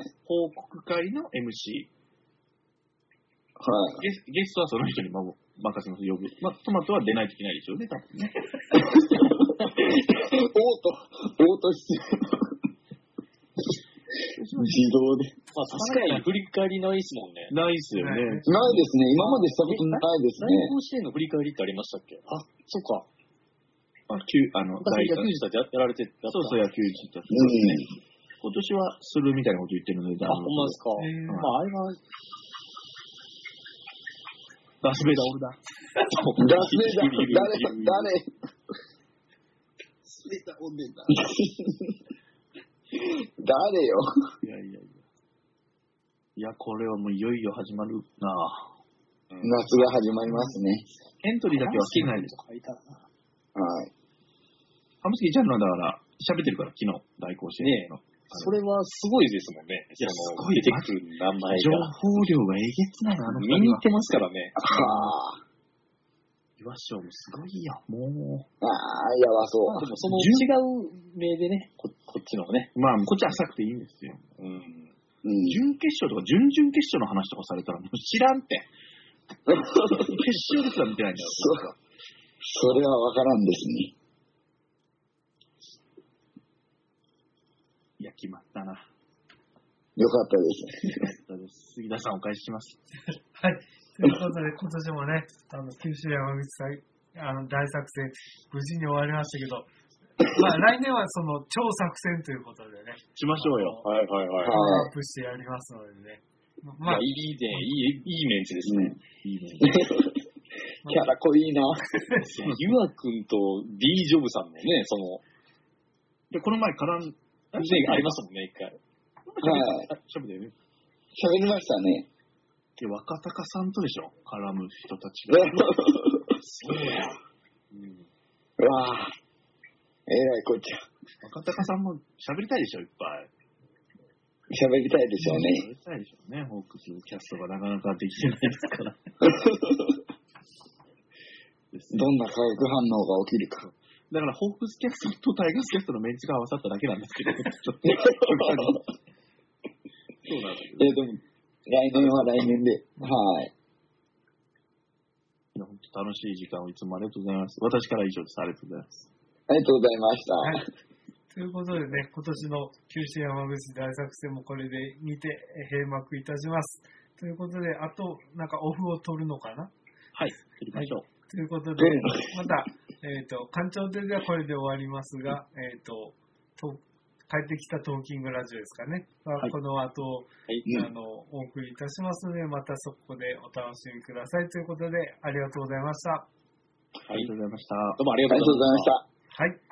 Speaker 3: い。
Speaker 2: 報告会の MC、
Speaker 3: はい。
Speaker 2: ゲスゲストはその人にまも任せます、呼ぶ。まあ、トマトは出ないといけないでしょうね、多分ね。
Speaker 3: オート、オートして自動で。
Speaker 4: まあ確かに振り返りないですもんね。
Speaker 2: ないっすよ
Speaker 1: ね
Speaker 2: ね。
Speaker 3: ないですね。今までしたことないです
Speaker 4: 大
Speaker 3: ね。
Speaker 4: 甲子園の振り返りってありましたっけあ、そっか。
Speaker 2: まあ、旧あの、
Speaker 4: 昔
Speaker 2: 大学
Speaker 4: 野球児だってややられてた。
Speaker 2: そうそう、野球人たち。
Speaker 3: うん。
Speaker 2: 今年はするみたいなこと言ってるので、
Speaker 4: あ、ほんまですか。
Speaker 1: えー
Speaker 4: まああれは、
Speaker 2: ダスベイダー俺だ。
Speaker 3: ダスベイダー、誰、誰。スベイダー、おでだ。誰よ。
Speaker 2: いやいやいや。いや、これはもういよいよ始まるなぁ
Speaker 3: 夏が始まりますね。
Speaker 2: エントリーだけは好きないです。
Speaker 4: 書いたな。
Speaker 3: はい。
Speaker 2: ハムスキーちゃんのだから、喋ってるから、昨日、大甲子園の。
Speaker 4: それはすごいですもんね。
Speaker 2: いや
Speaker 4: そ
Speaker 2: す
Speaker 4: の
Speaker 2: ごい
Speaker 4: 出てくる名前
Speaker 2: 情
Speaker 4: が。
Speaker 2: 報量がえげつないな、あの
Speaker 4: 見
Speaker 2: 二
Speaker 4: に
Speaker 2: 人は
Speaker 4: 行っ。てますからね。
Speaker 3: はあ。
Speaker 2: 岩章もすごいよ、も
Speaker 3: ああ、やばそう。
Speaker 4: まあでもその違う名でね、ここっちのね。
Speaker 2: う。まあ、こっち浅くていいんですよ。
Speaker 4: うん。
Speaker 3: うん。
Speaker 2: 準決勝とか準々決勝の話とかされたら、もう知らんって。決勝ですら見てないんだよ。
Speaker 3: そうそれはわからんですね。
Speaker 2: いや、決まったな。
Speaker 3: よかった
Speaker 2: そう
Speaker 3: です。
Speaker 2: です杉田さんお返しします。
Speaker 1: はい。ということで、今年もね、あの、九州山口さあの、大作戦、無事に終わりましたけど、まあ、来年はその、超作戦ということでね、
Speaker 2: しましょうよ。
Speaker 4: はいはいは
Speaker 1: パ
Speaker 4: い。
Speaker 3: は
Speaker 1: ワーアップしてやりますのでね。まあ
Speaker 4: いや、いいね、いい、いいメンツです
Speaker 3: うん。
Speaker 4: ね。
Speaker 2: いいね。
Speaker 3: キャラ濃いな。
Speaker 4: ゆわくんと D ジョブさんもね、その、
Speaker 2: で、この前絡ん、
Speaker 4: ね、ありましたもんね、一回。
Speaker 3: はい。
Speaker 2: しゃべだよね。
Speaker 3: 喋りましたね。
Speaker 2: で、若隆さんとでしょ絡む人たち
Speaker 3: う
Speaker 2: が。
Speaker 4: そうや。うん。
Speaker 3: わあ。えらいこっちゃ。
Speaker 2: 若隆さんも喋りたいでしょいっぱい。
Speaker 3: 喋りたいでしょうね。
Speaker 2: 喋りたいでしょうね。ホークスキャストがなかなかできてないですから。ですね
Speaker 3: どんな化学反応が起きるか。
Speaker 2: だから、ホークスキャストとタイガースキャストのメンツが合わさっただけなんですけど。
Speaker 3: え、
Speaker 2: そうなんだけど。
Speaker 3: でも、来年は来年で。はい。
Speaker 2: 本当楽しい時間をいつもありがとうございます。私から以上です。ありがとうございます。
Speaker 3: ありがとうございました。
Speaker 1: はい。ということでね、今年の九州山口大作戦もこれでにて閉幕いたします。ということで、あと、なんかオフを取るのかな
Speaker 2: はい、取りましょう。
Speaker 1: ということで
Speaker 3: うん、
Speaker 1: また、えっ、と、館長亭ではこれで終わりますが、えっ、と、と帰ってきたトーキングラジオですかね。まあ
Speaker 2: はい
Speaker 1: この後、
Speaker 4: はい。
Speaker 3: うん
Speaker 1: あの、お送りいたしますので、またそこでお楽しみください。ということで、ありがとうございました。
Speaker 2: ありがとうございました。
Speaker 4: どうもあり
Speaker 3: あ
Speaker 4: が
Speaker 3: りがと
Speaker 4: とう
Speaker 3: う
Speaker 4: ご
Speaker 3: ご
Speaker 4: ざ
Speaker 3: ざいま
Speaker 4: いま
Speaker 3: し
Speaker 4: し
Speaker 3: た
Speaker 1: はい。
Speaker 3: た。